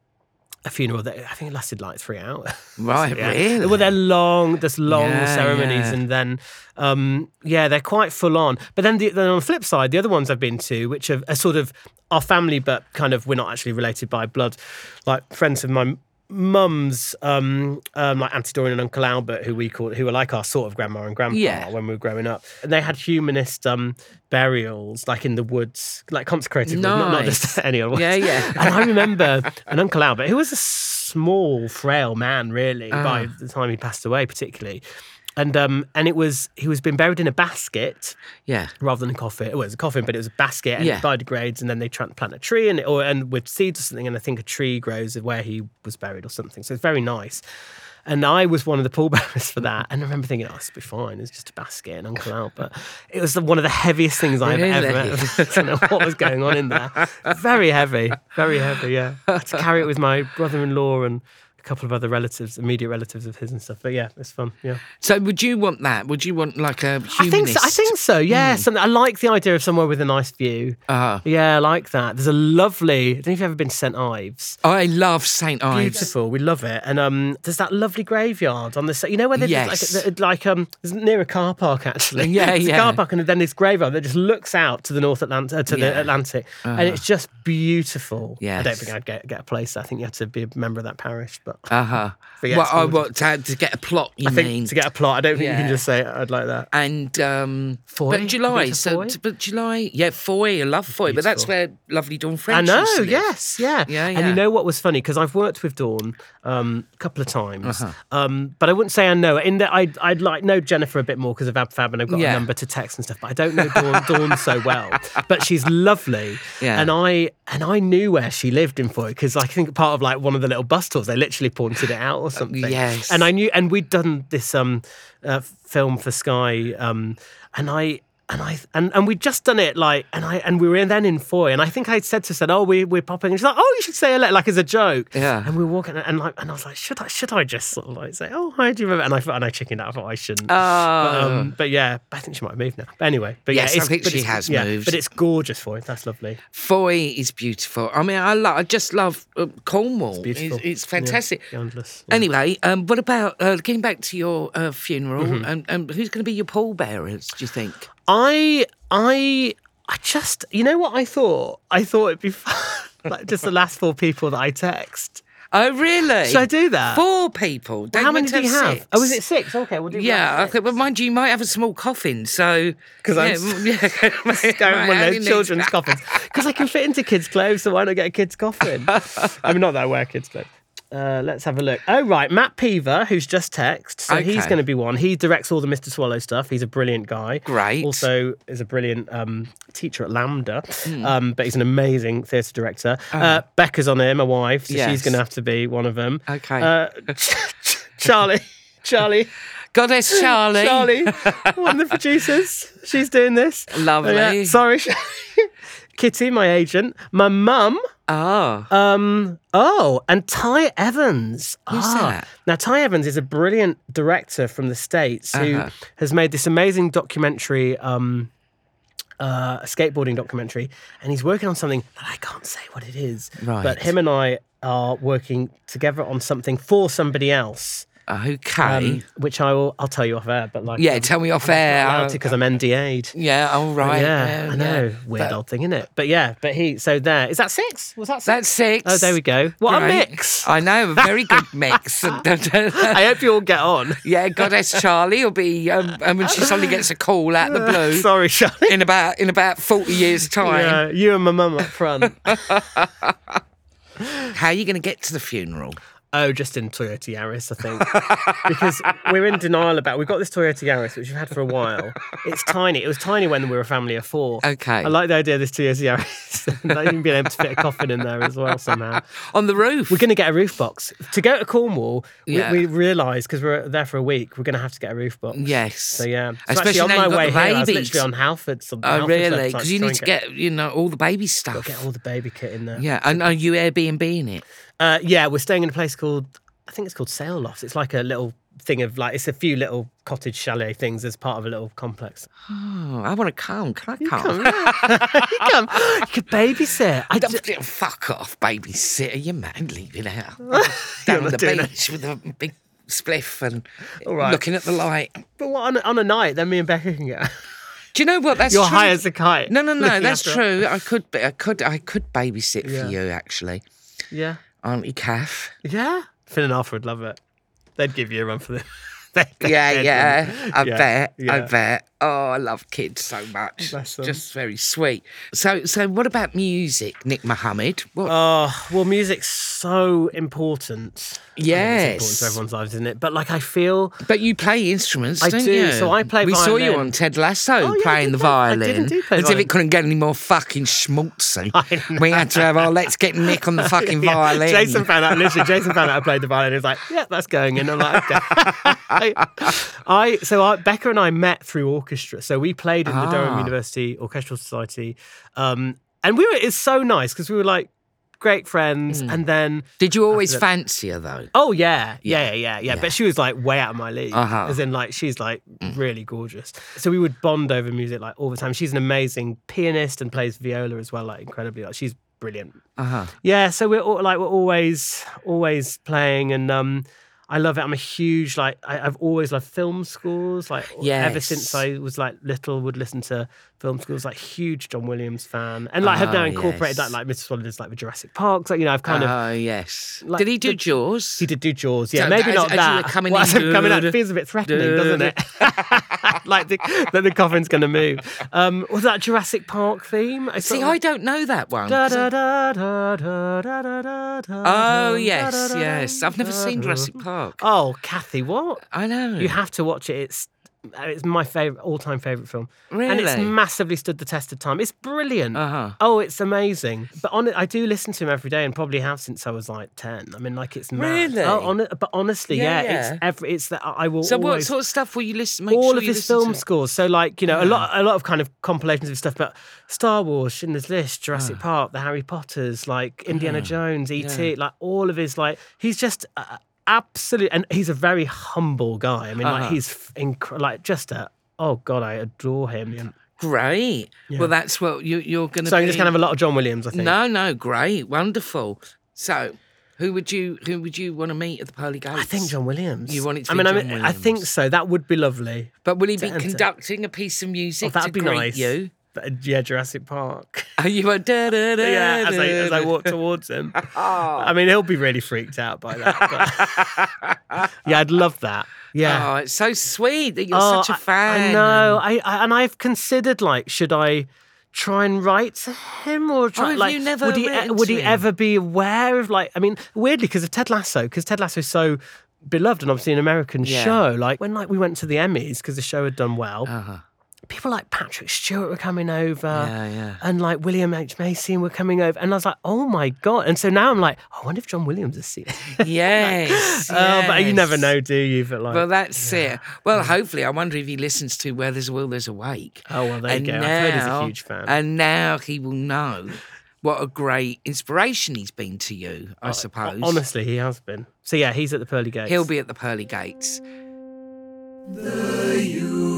S4: a funeral that I think it lasted like three hours.
S1: Right,
S4: Yeah.
S1: really?
S4: Well, they're long. There's long
S1: Yeah,
S4: ceremonies,
S1: yeah.
S4: and then um, yeah, they're quite full on. But then, the, then on the flip side, the other ones I've been to, which are, are sort of our family, but kind of we're not actually related by blood, like friends of my mum's, um, um, like Auntie Dorian and Uncle Albert, who we call, who are like our sort of grandma and grandpa
S1: Yeah.
S4: when we were growing up, and they had humanist um, burials, like in the woods, like consecrated, woods, not, not just (laughs)
S1: Nice.
S4: any old ones.
S1: Yeah, yeah.
S4: and I remember an Uncle Albert, who was a small, frail man, really, by the time he passed away, particularly. And um, and it was he was being buried in a basket
S1: Yeah.
S4: rather than a coffin. Well, it was a coffin, but it was a basket and
S1: Yeah.
S4: it biodegrades, and then they tran- plant a tree and it, or and with seeds or something, and I think a tree grows of where he was buried or something. So it's very nice. And I was one of the pallbearers for that, and I remember thinking, "Oh, this will be fine. It's just a basket and Uncle Albert." It was the, one of the heaviest things I've ever.
S1: Really?
S4: (laughs) I don't know what was going on in there. Very heavy, very heavy. Yeah, I had to carry it with my brother-in-law and a couple of other relatives, immediate relatives of his and stuff. But yeah, it's fun. Yeah.
S1: So, would you want that? Would you want like a humanist? Hmm.
S4: I think so. I think so. Yeah, something. I like the idea of somewhere with a nice view.
S1: Uh-huh.
S4: Yeah, I like that. There's a lovely. I don't know if you've ever been to St Ives.
S1: I love St. Ives.
S4: Beautiful. We love it. And um, there's that lovely graveyard on the side. You know where there's
S1: Yes.
S4: like, the- like um, it's near a car park
S1: (laughs)
S4: actually.
S1: Yeah,
S4: It's
S1: yeah.
S4: A car park, and then this graveyard that just looks out to the North Atlantic, uh, to the
S1: Yeah. Uh-huh.
S4: Atlantic, and it's just beautiful. I don't
S1: Yes.
S4: think I'd get get a place. I think you have to be a member of that parish, but.
S1: Uh huh.
S4: But yeah,
S1: well,
S4: it's
S1: I
S4: gorgeous.
S1: want to, to get a plot. You
S4: I
S1: mean
S4: think to get a plot, I don't think you
S1: Yeah.
S4: can just say I'd like that.
S1: and um,
S4: Foy? Have
S1: but
S4: you
S1: July.
S4: been to
S1: So,
S4: Foy?
S1: t- but July, yeah, Foy. I love Foy, but that's
S4: Beautiful.
S1: where lovely Dawn
S4: I
S1: French.
S4: know,
S1: used to live.
S4: yes, yeah.
S1: Yeah,
S4: And
S1: yeah.
S4: you know what was funny? Because I've worked with Dawn um, a couple of times,
S1: Uh-huh.
S4: um, but I wouldn't say I know her. In that I'd, I'd like know Jennifer a bit more because of AbFab and I've got
S1: Yeah.
S4: a number to text and stuff, but I don't know
S1: (laughs)
S4: Dawn, Dawn so well. But she's lovely,
S1: Yeah.
S4: and I and I knew where she lived in Foy because I think part of like one of the little bus tours they literally pointed it out or something.
S1: Uh, yes.
S4: and I knew, and we'd done this um, uh, film for Sky, um, and I and I and, and we'd just done it like and I and we were in, then in Foy, and I think I said to her, said, "Oh, we we're popping," and she's like, "Oh, you should say hello," like as a joke.
S1: Yeah.
S4: And we were walking, and like, and I was like, "Should I? Should I just sort of like say, oh, hi, do you remember?" And I thought, and I chickened out. I thought I shouldn't. but, um, but yeah, I think she might have moved now. But anyway, but
S1: Oh. Yes, I
S4: yeah, it's,
S1: think
S4: but
S1: she
S4: it's-
S1: has
S4: yeah,
S1: moved.
S4: But it's gorgeous Foy. That's lovely.
S1: Foy is beautiful. I mean, I love. I just love uh, Cornwall. It's,
S4: Beautiful.
S1: it's fantastic.
S4: Yeah, endless. Yeah.
S1: Anyway, um, what about uh, getting back to your uh, funeral?
S4: Mm-hmm.
S1: And, and who's going to be your pallbearers? Do you think?
S4: I I I just you know what I thought? I thought it'd be (laughs) fun. like just the last four people that I text.
S1: Oh, really?
S4: Should I do that?
S1: Four people. Don't
S4: How many do
S1: meant to
S4: you have?
S1: six.
S4: Oh, is it six? Okay, we'll do
S1: Yeah, I
S4: round six.
S1: think, well, mind you, you might have a small coffin, so
S4: 'Cause I'm
S1: (laughs) yeah,
S4: (laughs) Going one of
S1: Only
S4: those
S1: needs
S4: children's
S1: that.
S4: coffins because I can fit into kids' clothes, so why not get a kid's
S1: (laughs)
S4: coffin? I mean, not that I wear kids' clothes. Uh, let's have a look. Oh right, Matt Peaver, who's just text, so he's
S1: Okay.
S4: going to be one. He directs all the Mr. Swallow stuff. He's a brilliant guy.
S1: Great.
S4: Also, is a brilliant um, teacher at Lambda,
S1: Hmm.
S4: um, but he's an amazing theatre director. Uh, Becca's on here, my wife, so
S1: Oh. Yes.
S4: she's going to have to be one of them.
S1: (laughs) Okay.
S4: Uh, Charlie, (laughs) Charlie.
S1: (laughs) Goddess Charlie.
S4: Charlie, one of the producers. She's doing this.
S1: Lovely.
S4: Yeah, Sorry, (laughs) Charlie. Kitty, my agent. My mum.
S1: Oh,
S4: Um. Oh, and Ty Evans. Ah.
S1: Who's that?
S4: Now, Ty Evans is a brilliant director from the States who
S1: Uh-huh.
S4: has made this amazing documentary. Um, uh, a skateboarding documentary, and he's working on something that I can't say what it is.
S1: Right.
S4: But him and I are working together on something for somebody else,
S1: Okay.
S4: um, which I will. I'll tell you off air. But like, um,
S1: yeah, tell me off air. Oh,
S4: because I'm NDA'd.
S1: (laughs) yeah, all right.
S4: Oh, yeah, I know. Weird
S1: But
S4: old thing, isn't it? But yeah, but he. So there is that six? Was that six?
S1: That's six.
S4: Oh, there we go. What
S1: Great.
S4: a mix!
S1: I know, a very good mix. (laughs)
S4: (laughs) I hope you all get on.
S1: yeah, Goddess Charlie will be. Um, I mean, she suddenly gets a call out of the blue
S4: (laughs) Sorry, Charlie.
S1: in about in about forty years' time.
S4: (laughs) Yeah, you and my mum up
S1: (laughs)
S4: front.
S1: How are you going to get to the funeral?
S4: Oh, just in Toyota Yaris, I think. because we're in denial about we've got this Toyota Yaris, which we've had for a while. It's tiny. It was tiny when we were a family of four.
S1: Okay.
S4: I like the idea of this Toyota Yaris. (laughs) Not even being able to fit a coffin in there as well somehow.
S1: On the roof.
S4: We're going to get a roof box. To go to Cornwall,
S1: Yeah.
S4: we, we realised because we are there for a week, we're going to have to get a roof box.
S1: Yes.
S4: So, yeah. So
S1: Especially
S4: actually, on
S1: now
S4: my
S1: you've got
S4: way
S1: the
S4: here, I was
S1: babies.
S4: literally on Halford's. on
S1: Oh,
S4: Halford's
S1: really?
S4: website
S1: Because you
S4: try
S1: need
S4: and
S1: to get, you know, all the baby stuff.
S4: get all the baby kit in there.
S1: yeah, and are you Airbnb-ing it?
S4: Uh, yeah, we're staying in a place called I think it's called Sail Lofts. It's like a little thing of like it's a few little cottage chalet things as part of a little
S1: (laughs)
S4: complex.
S1: Oh, I want to come. Can I come?
S4: you come, you could babysit.
S1: (laughs)
S4: I
S1: Don't
S4: d-
S1: do- fuck off, babysitter. You're mad leaving
S4: (laughs)
S1: out. Down on
S4: not
S1: the
S4: doing it.
S1: beach with a big spliff and
S4: right.
S1: looking at the light.
S4: but what, on, a, on a night, then me and Becca can get. (laughs)
S1: Do you know what? That's
S4: You're
S1: true.
S4: high as a kite.
S1: No, no, no.
S4: (laughs) looking
S1: That's
S4: after her.
S1: true. I could, be, I could, I could babysit
S4: Yeah.
S1: for you actually,
S4: Yeah,
S1: Auntie Kath.
S4: yeah. Finn and Arthur would love it. They'd give you a run for this. They- they-
S1: (laughs) Yeah,
S4: (laughs) they'd
S1: yeah.
S4: win.
S1: I
S4: Yeah,
S1: bet. I
S4: yeah.
S1: bet. Oh, I love kids so much.
S4: Bless them.
S1: Just very sweet. So, so what about music, Nick Mohammed? What?
S4: Oh well, music's so important. I mean, it's important
S1: Yes.
S4: to everyone's lives, isn't it? But like, I feel
S1: But you play instruments,
S4: I
S1: don't
S4: do,
S1: you?
S4: so I play
S1: We saw you
S4: violin. Oh,
S1: on Ted Lasso
S4: yeah, I
S1: playing
S4: did
S1: the
S4: play- I did
S1: violin.
S4: indeed play
S1: as if
S4: violin.
S1: it couldn't get any more fucking
S4: (laughs)
S1: schmaltzy. We had to have our let's get Nick on the fucking
S4: Yeah,
S1: violin.
S4: Jason found out. Literally, Jason found out I played the violin. He was like, "Yeah, that's going in." I'm like,
S1: (laughs)
S4: "Okay." I, I- so I, Becca and I met through orchestra. So we played in the Durham
S1: Ah.
S4: University Orchestral Society, um, and we were. It's so nice because we were like great friends,
S1: Hmm.
S4: and then.
S1: Did you always
S4: After
S1: fancy her though?
S4: Oh yeah, yeah, yeah, yeah, yeah.
S1: yeah.
S4: But she was like way out of my league.
S1: Uh-huh. Mm.
S4: As in, like she's like really gorgeous. So we would bond over music like all the time. She's an amazing pianist and plays viola as well, like incredibly. Like she's brilliant.
S1: Uh huh.
S4: Yeah, so we're all, like we're always always playing, and um, I love it. I'm a huge like I, I've always loved film scores. Like ever since
S1: Yes.
S4: I was like little, would listen to film scores. Like huge John Williams fan, and like have now
S1: Ah,
S4: incorporated
S1: yes.
S4: that like Mr. Swallows like with Jurassic Park. So you know I've kind
S1: oh
S4: of.
S1: yes.
S4: like,
S1: Did he do
S4: the-
S1: Jaws?
S4: He did do Jaws, yeah.
S1: So
S4: maybe
S1: as-
S4: not
S1: as you
S4: that.
S1: were coming
S4: (laughs) Well,
S1: in,
S4: as I'm coming out,
S1: duh,
S4: it feels a bit threatening,
S1: duh,
S4: doesn't it? (laughs) like the, that the coffin's going to move. Um, was that Jurassic Park theme? I
S1: See,
S4: sort of-
S1: I don't know that one.
S4: Da,
S1: 'cause I-
S4: da, da, da, da, da, da, da, da,
S1: Oh
S4: da,
S1: yes,
S4: da,
S1: yes.
S4: da,
S1: I've never
S4: da,
S1: seen
S4: da.
S1: Jurassic Park.
S4: Oh, Kathy, what?
S1: I know.
S4: You have to watch it. It's uh, it's my favorite, all-time favorite film, and it's
S1: Really?
S4: massively stood the test of time. It's brilliant.
S1: Uh-huh.
S4: Oh, it's amazing. But on it, I do listen to him every day, and probably have since I was like ten. I mean, like it's mad.
S1: Really?
S4: Oh, on, but honestly,
S1: Yeah,
S4: yeah,
S1: yeah.
S4: it's every. It's that I will.
S1: So what
S4: always,
S1: sort of stuff will you listen? Make
S4: all
S1: sure
S4: of
S1: you
S4: his
S1: listen to?
S4: film scores. So like you know a lot a lot of kind of compilations of stuff about Star Wars, Schindler's List,
S1: Ah.
S4: Jurassic Park, the Harry Potters, like
S1: Uh-huh.
S4: Indiana Jones, E. T. Like all of his like he's just. Uh, Absolutely, and he's a very humble guy. I mean,
S1: Uh-huh.
S4: like he's f- inc- like just a oh god, I adore him.
S1: Great. Well, that's what you, you're going to.
S4: So
S1: be...
S4: I'm just kind of a lot of John Williams, I think.
S1: No, no, great, wonderful. So, who would you who would you want to meet at the pearly gates?
S4: I think John Williams.
S1: You want it to
S4: I
S1: be
S4: mean, I
S1: John
S4: mean, I think
S1: Williams.
S4: so. That would be lovely.
S1: But will he be
S4: enter.
S1: conducting a piece of music
S4: Oh, that'd
S1: to
S4: be
S1: greet
S4: nice.
S1: you?
S4: But, uh, yeah, Jurassic Park.
S1: Are you a da da da?
S4: (laughs) yeah, as I, as I
S1: da-
S4: walk towards him. I mean, he'll be really freaked out by that. but- (laughs) yeah, I'd love that. Yeah.
S1: Oh, it's so sweet that you're
S4: Oh,
S1: such
S4: I-
S1: a fan.
S4: (laughs) I know. I, I and I've considered like, should I try and write to him or try
S1: Oh, have
S4: like
S1: you never
S4: would he e,
S1: written
S4: would
S1: to
S4: he
S1: him?
S4: ever be aware of like I mean weirdly because of Ted Lasso because Ted Lasso is so beloved and obviously an American
S1: Yeah.
S4: show like when like we went to the Emmys because the show had done well people like Patrick Stewart were coming over.
S1: Uh-huh. Yeah, yeah.
S4: And like William H. Macy were coming over. And I was like, oh my God. And so now I'm like, I wonder if John Williams
S1: (laughs)
S4: is (laughs) seeing it.
S1: Yes.
S4: Oh, but you never
S1: yes.
S4: know, do you? But like,
S1: Well, that's it. Well, hopefully, I wonder if he listens to Where There's a Will, There's a Wake.
S4: Oh, well, there you
S1: And
S4: go. I've heard he's a
S1: now-
S4: huge fan.
S1: And now he will know what a great inspiration he's been to you, I suppose.
S4: Uh, honestly, he has been. So yeah, he's at the pearly gates.
S1: He'll be at the pearly gates.
S3: eulogy.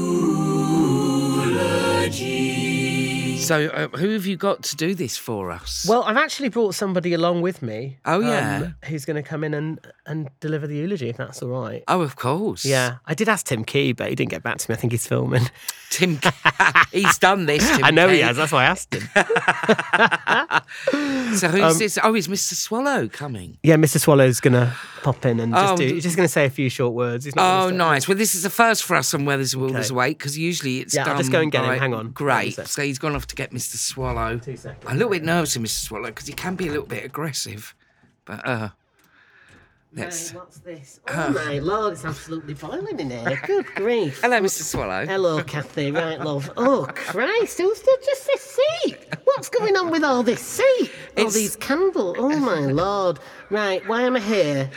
S1: So, uh, who have you got to do this for us?
S5: Well, I've actually brought somebody along with me. um,
S1: Oh, yeah.
S5: who's going to come in and and deliver the eulogy if that's all right?
S1: oh, of course.
S5: Yeah, I did ask Tim Key, but he didn't get back to me. I think he's filming.
S1: (laughs) Tim, (laughs) he's done
S4: (laughs)
S1: this. Tim
S5: I know he
S1: Key.
S5: has. That's why I asked him.
S1: So
S4: Um,
S1: who's this? Oh, is Mr. Swallow coming?
S5: (laughs) yeah, Mr. Swallow's going to pop in and just
S1: Oh,
S5: do.
S1: d-
S5: He's just going to say a few short words. He's not
S1: Oh,
S5: gonna say-
S1: nice. Well, this is the first for us on Weathers Will There's
S5: Okay.
S1: Wait because usually it's
S5: Yeah,
S1: done.
S5: I'll just go and get him.
S1: by-
S5: Hang on.
S1: Great.
S5: One sec.
S1: So he's gone off to get Mr. Swallow. Two
S5: seconds.
S1: I'm a little bit nervous of Mr. Swallow because he can be a little bit aggressive, but uh, let's.
S5: What's this? Oh, my lord, it's absolutely boiling in here. Good grief.
S1: Hello, Mr. Swallow.
S5: Hello, Kathy. Right, love. Oh, Christ, who's that just this seat? What's going on with all this seat? All
S1: It's-
S5: these candles. Oh,
S1: (laughs)
S5: my lord. Right, why am I here?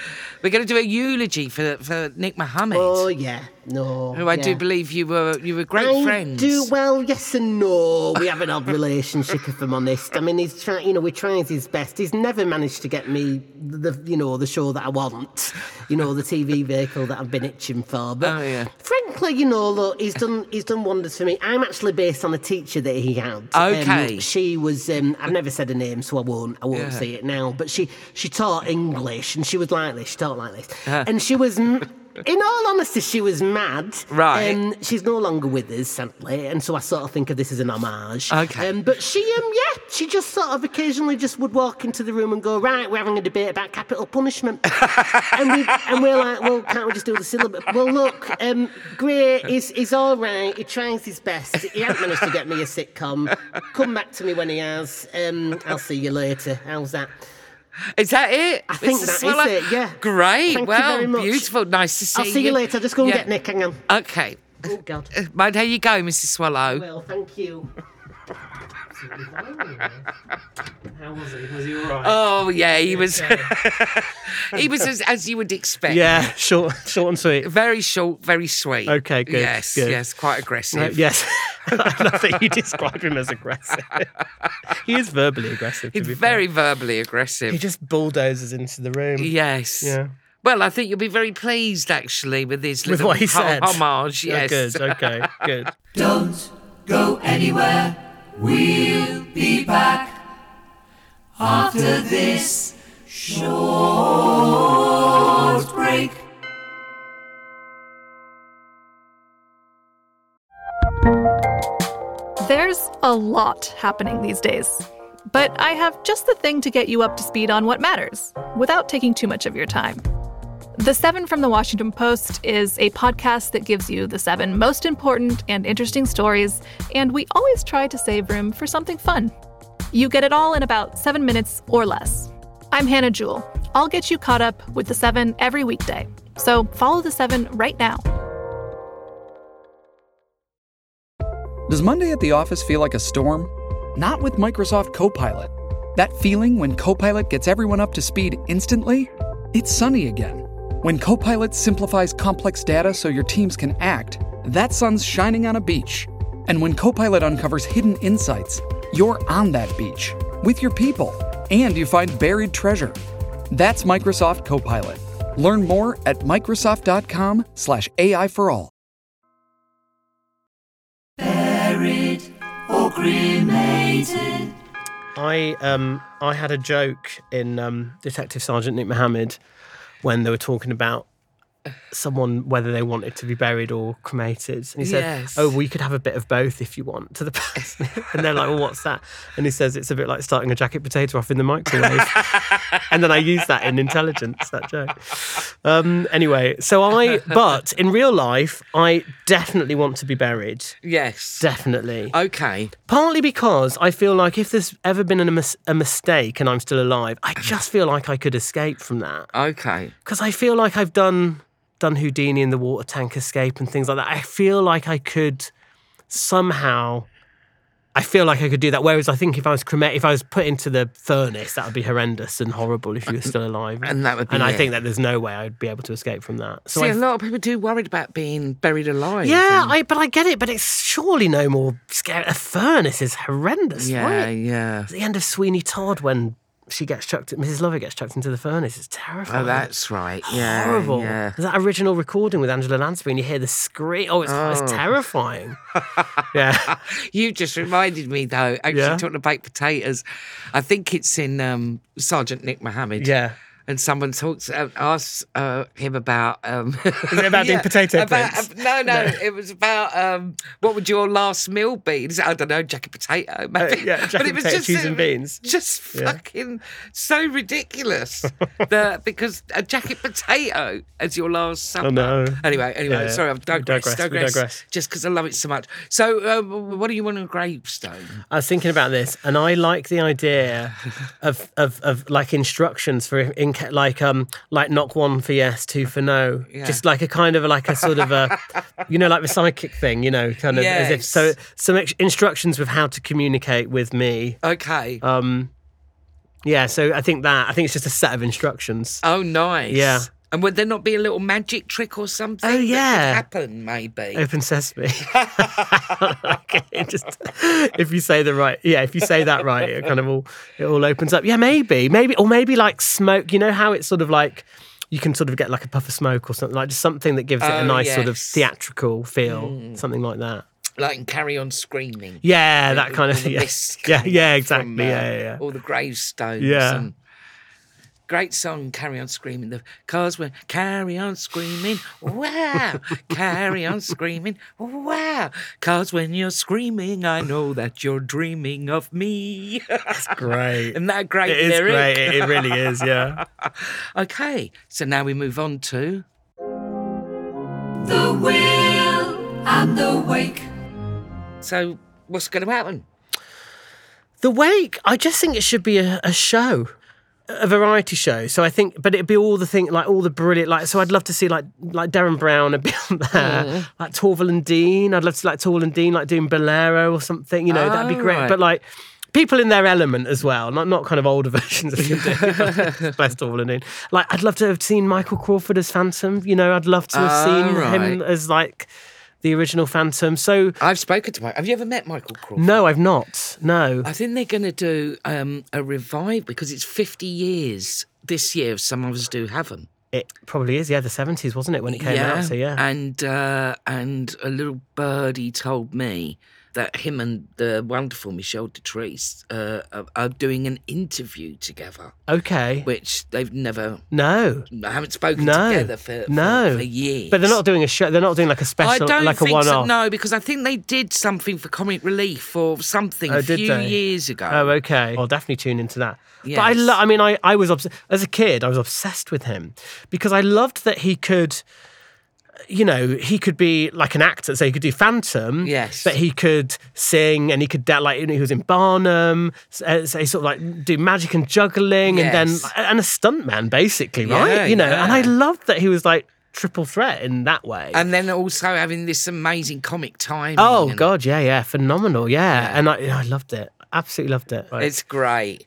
S1: We're going to do a eulogy for for Nick Mohammed,
S5: Oh, yeah. No.
S1: who Oh, I do
S5: yeah.
S1: believe you were you were great
S5: I
S1: friends.
S5: do well, yes and no. We have an odd relationship, if I'm honest. I mean, he's trying, you know, he tries his best. He's never managed to get me the, you know, the show that I want, you know, the TV vehicle that I've been itching for. But
S1: Oh, yeah.
S5: frankly, you know, look, he's done, he's done wonders for me. I'm actually based on a teacher that he had. Um,
S1: Okay.
S5: she was, um, I've never said her name, so I won't, I won't
S1: Yeah.
S5: say it now. But she, she taught English, and she was like this. She taught like this,
S1: Uh.
S5: and she was. m- In all honesty, she was mad.
S1: Right.
S5: Um, she's no longer with us, sadly, and so I sort of think of this as an homage.
S1: Okay.
S5: Um, but she, um, yeah, she just sort of occasionally just would walk into the room and go, right, we're having a debate about capital
S1: (laughs)
S5: punishment. and, we, and we're like, well, can't we just do the syllabus? Well, look, um, Greer is, is all right. He tries his best. He hasn't managed to get me a sitcom. Come back to me when he has. Um, I'll see you later. How's that?
S1: Is that it?
S5: I think
S1: Mr.
S5: that is
S1: Swallow?
S5: it, yeah.
S1: Great.
S5: Thank you
S1: well,
S5: very much.
S1: beautiful. Nice to see
S5: I'll
S1: you.
S5: see you later. Just go and
S1: Yeah.
S5: get Nick. Hang on.
S1: Okay.
S5: Oh, God.
S1: Well, there you go, Mr. Swallow.
S5: (laughs) Well, thank you. How was he? Was he all right?
S7: Uh,
S1: oh yeah, he was. (laughs) he was as, as you would expect.
S5: yeah, short, short and sweet.
S1: Very short, very sweet.
S5: Okay, good,
S1: Yes,
S5: good.
S1: yes, quite aggressive.
S5: Uh,
S1: (laughs)
S5: yes, (laughs) I love that you describe him as aggressive. he is verbally aggressive.
S1: He's
S5: to be
S1: very
S5: Fair.
S1: verbally aggressive.
S5: He just bulldozes into the room.
S1: Yes.
S5: Yeah.
S1: Well, I think you'll be very pleased actually with his
S5: With
S1: little
S5: what he
S1: ho-
S5: said.
S1: homage.
S5: Oh,
S1: Yes.
S5: good. Okay.
S1: (laughs)
S5: Good.
S4: Don't go anywhere. We'll be back after this short break.
S7: There's a lot happening these days, but I have just the thing to get you up to speed on what matters without taking too much of your time. The Seven from the Washington Post is a podcast that gives you the seven most important and interesting stories, and we always try to save room for something fun. You get it all in about seven minutes or less. I'm Hannah Jewell. I'll get you caught up with the seven every weekday. So follow the seven right now.
S3: Does Monday at the office feel like a storm? Not with Microsoft Copilot. That feeling when Copilot gets everyone up to speed instantly? It's sunny again. When Copilot (laughs) simplifies complex data so your teams can act, that sun's shining on a beach. And when Copilot uncovers hidden insights, you're on that beach with your people and you find buried treasure. That's Microsoft Copilot. Learn more at microsoft.com/slash AI for all.
S4: Buried or cremated.
S5: I um I had a joke in um, Detective Sergeant Nick Mohammed when they were talking about someone whether they wanted to be buried or cremated, and he said,
S1: Yes.
S5: "Oh, well, you could have a bit of both if you want." To the person, (laughs) and they're like, "Well, what's that?" And he says, "It's a bit like starting a jacket potato off in the microwave." (laughs) and then I use that in intelligence that joke. Um, anyway, so I but in real life, I definitely want to be buried.
S1: Yes.
S5: Definitely.
S1: okay.
S5: Partly because I feel like if there's ever been a, mis- a mistake and I'm still alive, I just feel like I could escape from that.
S1: Okay.
S5: Because I feel like I've done done Houdini in the water tank escape and things like that. I feel like I could somehow. I feel like I could do that. Whereas I think if I was crema- if I was put into the furnace, that would be horrendous and horrible if you were still alive.
S1: and that would be
S5: And I
S1: it.
S5: think that there's no way I'd be able to escape from that. So
S1: See,
S5: I
S1: a lot of people do worried about being buried alive.
S5: yeah,
S1: and-
S5: I, but I get it. But it's surely no more scary. A furnace is horrendous,
S1: yeah,
S5: right?
S1: yeah.
S5: At the end of Sweeney Todd when she gets chucked. Mrs. Lover gets chucked into the furnace. It's terrifying.
S1: Oh, that's right. Yeah,
S5: horrible.
S1: yeah.
S5: That original recording with Angela Lansbury, and you hear the scream. Oh, it's,
S1: Oh. (laughs)
S5: it's terrifying. yeah,
S1: you just reminded me though. Actually,
S5: Yeah?
S1: talking about baked potatoes, I think it's in um, Sergeant Nick Mohammed.
S5: Yeah.
S1: And someone talks uh, asks uh, him about um, is (laughs)
S5: it about doing potato prints?
S1: no, no, it was about um, what would your last meal be? And he said, I don't know, jacket potato. Maybe.
S5: Uh, yeah, jacket
S1: it was
S5: potato, cheese
S1: uh,
S5: and beans.
S1: Just
S5: Yeah.
S1: fucking so ridiculous that because a jacket potato as your last supper.
S5: no.
S1: Anyway, anyway,
S5: Yeah.
S1: sorry, I'm
S5: We digress,
S1: digress,
S5: we
S1: digress,
S5: digress.
S1: just because I love it so much. So, um, what do you want on a gravestone?
S5: I was thinking about this, and I like
S1: (laughs)
S5: the idea of of, of like instructions for in, ca- like um like knock one for yes, two for no,
S1: Yeah.
S5: just like a kind of like a sort of
S1: (laughs)
S5: a you know like the psychic thing, you know, kind of as if so
S1: Yes.
S5: some ex- instructions with how to communicate with me.
S1: Okay.
S5: Um, yeah, so I think that I think it's just a set of instructions.
S1: oh, nice.
S5: yeah.
S1: And would there not be a little magic trick or something?
S5: Oh,
S1: that could
S5: yeah.
S1: happen maybe.
S5: Open sesame. (laughs) okay, just if you say the right, yeah, if you say that right, it kind of all it all opens up. Yeah, maybe, maybe, or maybe like smoke. You know how it's sort of like you can sort of get like a puff of smoke or something like just something that gives it a
S1: Oh,
S5: nice sort of
S1: yes. Hmm.
S5: theatrical feel, something like that.
S1: Like and carry on screaming.
S5: Yeah, that kind of
S1: All the
S5: (laughs) yeah,
S1: mist
S5: yeah,
S1: coming
S5: yeah,
S1: from,
S5: exactly,
S1: uh,
S5: yeah, yeah, yeah.
S1: All the gravestones.
S5: Yeah.
S1: And great song, Carry On Screaming. The cars went, Carry On Screaming,
S5: (laughs)
S1: wow. Carry On Screaming, wow. Cause when you're screaming, I know that you're dreaming of me. (laughs)
S5: Great.
S1: Isn't that a great
S5: It is
S1: lyric?
S5: great. It, it really is. Yeah.
S1: Okay, so now we move on to
S3: The will and the wake.
S1: so what's going to happen?
S5: The Wake, I just think it should be a, a show, a variety show. So I think, but it'd be all the thing, like all the brilliant, like, so I'd love to see like like Darren Brown a (laughs) bit on there, like Torval and Dean. I'd love to see like Torval and Dean, like doing Bolero or something, you know, that'd be great.
S1: Alright.
S5: But like, People in their element as well, not not kind of older (laughs) versions of Dean. Bless Torval and Dean. Like, I'd love to have seen Michael Crawford as Phantom. You know, I'd love to have seen him
S1: Alright.
S5: as like the original Phantom. So,
S1: I've spoken to Mike. Have you ever met Michael Crawford?
S5: no, I've not. No.
S1: I think they're going to do um, a revive because it's 50 years this year of Some of Us Do Heaven.
S5: It probably is, yeah, the seventies, wasn't it, when it came out? So yeah.
S1: And uh, and a little birdie told me that him and the wonderful Michelle Detrice uh, are, are doing an interview together,
S5: okay.
S1: which they've never.
S5: no.
S1: I haven't spoken
S5: No.
S1: together for, for-
S5: no.
S1: for years.
S5: But they're not doing a show they're not doing like a
S1: I
S5: special
S1: don't
S5: like a
S1: think
S5: one
S1: so,
S5: off.
S1: no, because I think they did something for comic relief or something
S5: Oh,
S1: a
S5: did
S1: few
S5: they?
S1: years ago.
S5: Oh, okay. I'll definitely tune into that. But I,
S1: Yes.
S5: lo- I mean, I, I was obs- as a kid, I was obsessed with him because I loved that he could, you know, he could be like an actor, so he could do Phantom.
S1: Yes.
S5: But he could sing, and he could da- like you know, he was in Barnum, uh, so, so he sort of like do magic and juggling,
S1: Yes.
S5: and then and a stuntman basically, right?
S1: Yeah,
S5: you know, and I
S1: yeah.
S5: loved that he was like triple threat in that way.
S1: And then also having this amazing comic time.
S5: Oh God, yeah, yeah, phenomenal, yeah, and I, I loved it, absolutely loved it. Like-
S1: it's great.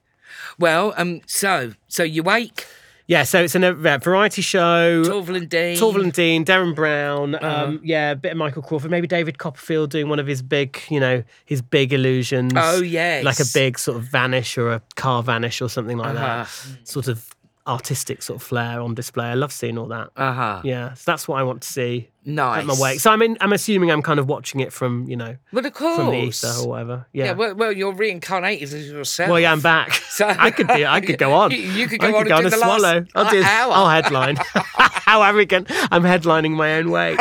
S1: Well, um, so so you wake
S5: Yeah, so it's an, a variety show.
S1: Torval and Dean. Uh-huh.
S5: Torval and Dean, Darren Brown, um, yeah, a bit of Michael Crawford, maybe David Copperfield doing one of his big, you know, his big illusions.
S1: Oh, yes.
S5: like a big sort of vanish or a car vanish or something like
S1: Uh-huh.
S5: that. Sort of artistic sort of flair on display. I love seeing all that.
S1: Uh huh.
S5: yeah, so that's what I want to see at
S1: Nice.
S5: my wake. So I'm in, I'm assuming I'm kind of watching it from you know
S1: Well, of course.
S5: from the ether or whatever. Yeah.
S1: yeah. Well, well, you're reincarnated as yourself.
S5: Well, yeah, I'm back.
S1: (laughs) So-
S5: I could be. I could go
S1: (laughs)
S5: on.
S1: You- you could
S5: I
S1: go on and do
S5: a
S1: the last
S5: swallow. I'll do.
S1: hour. (laughs)
S5: I'll headline. (laughs) How arrogant! I'm headlining my own way.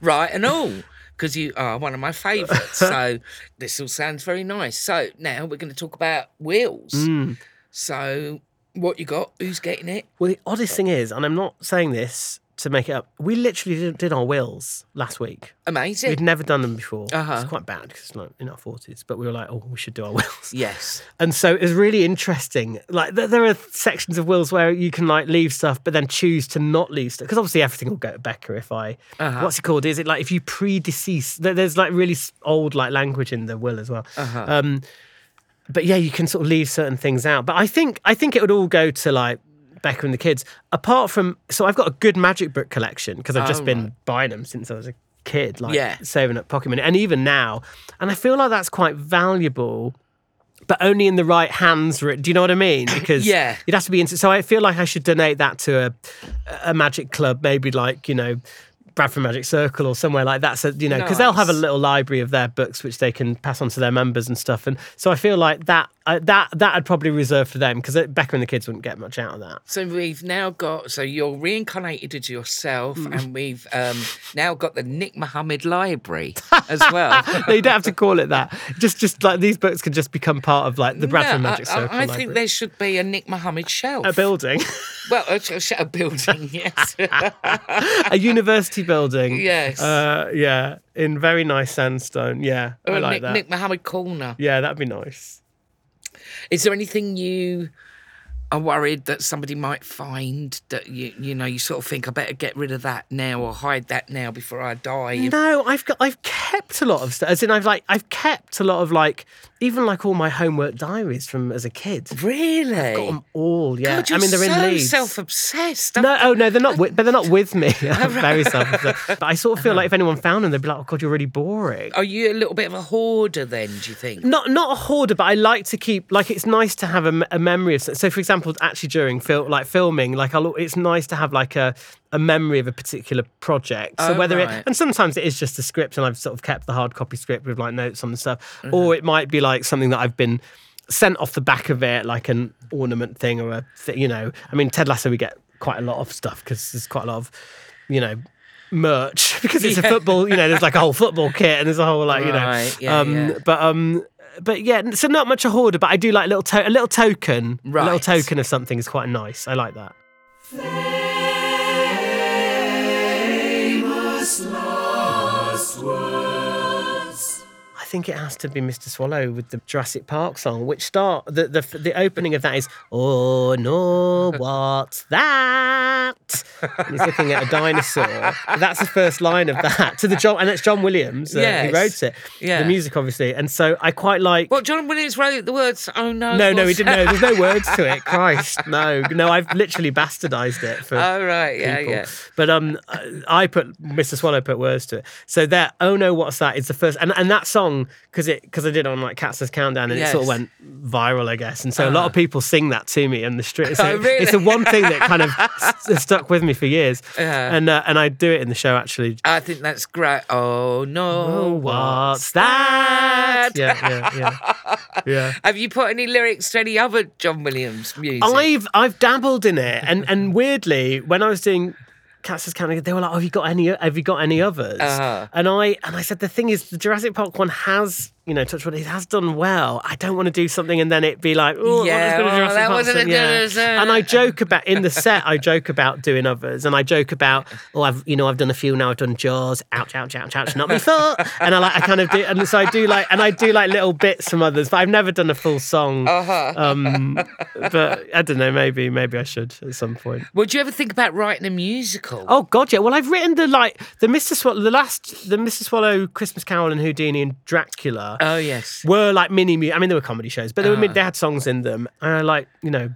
S1: right and all because you are one of my favourites. so (laughs) this all sounds very nice. So now we're going to talk about wheels.
S5: Mm.
S1: So what you got? Who's getting it?
S5: Well, the oddest thing is, and I'm not saying this to make it up. We literally did, did our wills last week.
S1: Amazing.
S5: We'd never done them before.
S1: Uh-huh.
S5: It's quite bad because it's not in our forties. But we were like, oh, we should do our (laughs) wills.
S1: Yes.
S5: And so it was really interesting. Like th- there are sections of wills where you can like leave stuff, but then choose to not leave stuff because obviously everything will go to Becca if I. What's it called? Is it like if you predecease? There, there's like really s- old like language in the will as well. Um, but yeah, you can sort of leave certain things out. But I think I think it would all go to like Becca and the kids. Apart from so I've got a good magic book collection because I've just been buying them since I was a kid, like
S1: Yeah.
S5: saving up pocket money, and even now, and I feel like that's quite valuable but only in the right hands. re- Do you know what
S1: (laughs)
S5: I mean? Because
S1: Yeah.
S5: you'd have to be into. So I feel like I should donate that to a a magic club, maybe like you know. Bradford Magic Circle or somewhere like that, so you know, because they'll have a
S1: Nice.
S5: little library of their books which they can pass on to their members and stuff. And so I feel like that I that that I'd probably reserve for them because Becca and the kids wouldn't get much out of that.
S1: So we've now got so you're reincarnated as yourself,
S5: Mm.
S1: and we've um, now got the Nick Mohammed Library
S5: (laughs)
S1: as well.
S5: no, you don't have to call it that. Just just like these books can just become part of like the Bradford
S1: No,
S5: Magic
S1: I, I- I
S5: Circle.
S1: think
S5: library.
S1: there should be a Nick Mohammed shelf.
S5: a building, (laughs)
S1: well, a, a, a building, yes.
S5: a university building.
S1: Yes.
S5: Uh, yeah, in very nice sandstone. Yeah,
S1: or
S5: I
S1: a
S5: like
S1: Nick,
S5: that.
S1: Nick Mohammed corner.
S5: yeah, that'd be nice.
S1: Is there anything you are worried that somebody might find that you you know you sort of think I better get rid of that now or hide that now before I die? If-
S5: No, I've got I've kept a lot of stuff. As in, I've like I've kept a lot of like even like all my homework diaries from as a kid.
S1: Really?
S5: Got them all. Yeah,
S1: God, you're
S5: I mean they're
S1: so
S5: in Leeds.
S1: self obsessed.
S5: No, oh no, they're not. With, but they're not with me. (laughs)
S1: (laughs)
S5: I'm very self. But I sort of feel like if anyone found them, they'd be like, "Oh God, you're really boring."
S1: Are you a little bit of a hoarder then? Do you think?
S5: Not not a hoarder, but I like to keep like it's nice to have a, m- a memory of. So, for example, actually during fil- like filming, like I'll, it's nice to have like a a memory of a particular project. So
S1: Oh,
S5: whether
S1: right.
S5: it and sometimes it is just a script, and I've sort of kept the hard copy script with like notes on the stuff,
S1: Mm-hmm.
S5: or it might be like something that I've been sent off the back of it, like an ornament thing or a th- you know. I mean, Ted Lasso, we get quite a lot of stuff because there's quite a lot of you know. Merch (laughs) because it's a football, you know. There's like a whole football kit, and there's a whole like you know.
S1: Right, yeah,
S5: um,
S1: yeah.
S5: but um but yeah so not much a hoarder but i do like little to- a little token a little
S1: Right.
S5: token of something is quite nice i like that I think it has to be Mr. Swallow with the Jurassic Park song, which start the the, the opening of that is "Oh
S1: (laughs)
S5: no, what's that?" And he's looking at a dinosaur. That's the first line of that to the John, and it's John Williams uh,
S1: Yes.
S5: who wrote it.
S1: Yeah.
S5: the music obviously, and so I quite like.
S1: Well, John Williams wrote the words. Oh no!
S5: No, no, he
S1: what's-
S5: didn't know.
S1: (laughs)
S5: There's no words to it. Christ, no, no. I've literally bastardized it for
S1: Oh right, yeah,
S5: people.
S1: yeah.
S5: But um, I- I put Mr. Swallow put words to it. So there, oh no, what's that? Is the first and, and that song because it because I did it on like Cats's Countdown and it sort
S1: Yes. Ah.
S5: of went viral, I guess. And so a lot of people sing that to me on
S1: (laughs)
S5: the street. So
S1: Oh, really?
S5: It's the one thing that
S1: (laughs)
S5: kind of s- stuck with me for years.
S1: Uh-huh.
S5: And uh, and I do it in the show actually.
S1: I think that's great. Oh no!
S5: Oh, what's that? Yeah, yeah, yeah,
S1: (laughs)
S5: yeah.
S1: Have you put any lyrics to any other John Williams music?
S5: I've I've dabbled in it, and and weirdly, when I was doing Cats's Counting, they were like, "Oh, have you got any? Have you got any others?"
S1: Uh-huh.
S5: And I and I said, the thing is, the Jurassic Park one has, you know, touch wood, it has done well. I don't want to do something and then it be like, "Oh,
S1: Yeah,
S5: what was good
S1: well,
S5: Jurassic
S1: that
S5: Park
S1: wasn't as
S5: thing?"
S1: good
S5: Yeah.
S1: as, uh,
S5: And I joke about in the set, I joke about doing others, and I joke about, oh, I've you know, I've done a few now. I've done Jaws, ouch, ouch, ouch, ouch, not my (laughs) fault. And I like, I kind of do, and so I do like, and I do like little bits from others, but I've never done a full song. Um, but I don't know. Maybe maybe I should at some point.
S1: Would you ever think about writing a musical?
S5: Oh God, yeah. Well, I've written the like the Mr. Swallow, the last the Mr. Swallow, Christmas Carol, and Houdini and Dracula
S1: Oh, yes. Ah.
S5: were like mini. Mu- I mean, they were comedy shows, but they were mid they had songs in them, and I like you know.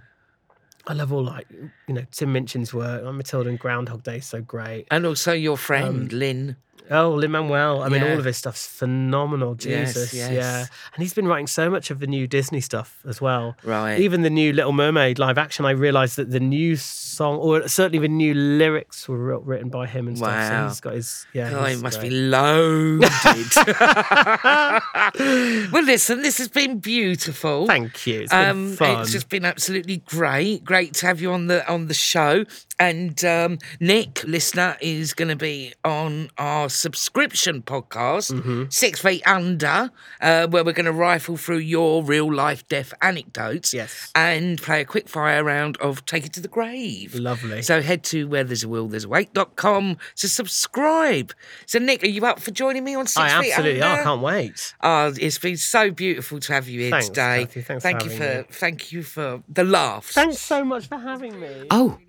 S5: I love all like you know Tim Minchin's work. Like Matilda and Groundhog Day is so great.
S1: And also your friend Lynn.
S5: Oh, Lin Manuel. I mean,
S1: Yeah.
S5: all of his stuff's phenomenal.
S1: Yes,
S5: Jesus,
S1: yes.
S5: yeah. And he's been writing so much of the new Disney stuff as well.
S1: Right.
S5: Even the new Little Mermaid live action. I realised that the new song, or certainly the new lyrics, were writ- written by him and stuff. So
S1: Wow.
S5: he's got his. Yeah.
S1: Oh,
S5: he's
S1: it must
S5: great.
S1: be
S5: (laughs)
S1: loaded. (laughs) well, listen, this has been beautiful.
S5: Thank you. It's been fun.
S1: Um, It's just been absolutely great. Great to have you on the on the show. And um, Nick, listener, is going to be on our subscription podcast,
S5: Mm-hmm.
S1: Six Feet Under, uh, where we're going to rifle through your real life death anecdotes.
S5: Yes.
S1: And play a quick fire round of Take It to the Grave.
S5: Lovely.
S1: So head to where there's a will, there's a wake.com to subscribe. So, Nick, are you up for joining me on Six
S5: I
S1: Feet
S5: absolutely.
S1: Under?
S5: I can't wait.
S1: Oh, it's been so beautiful to have you here
S5: Thanks,
S1: today.
S5: Cathy. Thanks
S1: thank
S5: for
S1: you
S5: having
S1: for thank you for the laughs.
S5: Thanks so much for having me.
S1: Oh,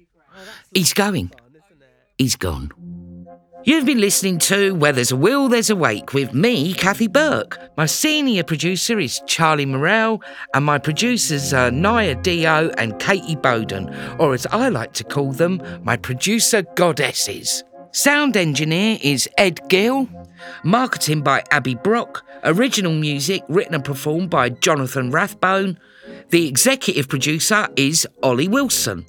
S1: he's going. He's gone. You've been listening to Where There's a Will, There's a Wake with me, Kathy Burke. My senior producer is Charlie Morrell, and my producers are Naya Dio and Katie Bowden, or as I like to call them, my producer goddesses. Sound engineer is Ed Gill. Marketing by Abby Brock. Original music written and performed by Jonathan Rathbone. The executive producer is Ollie Wilson.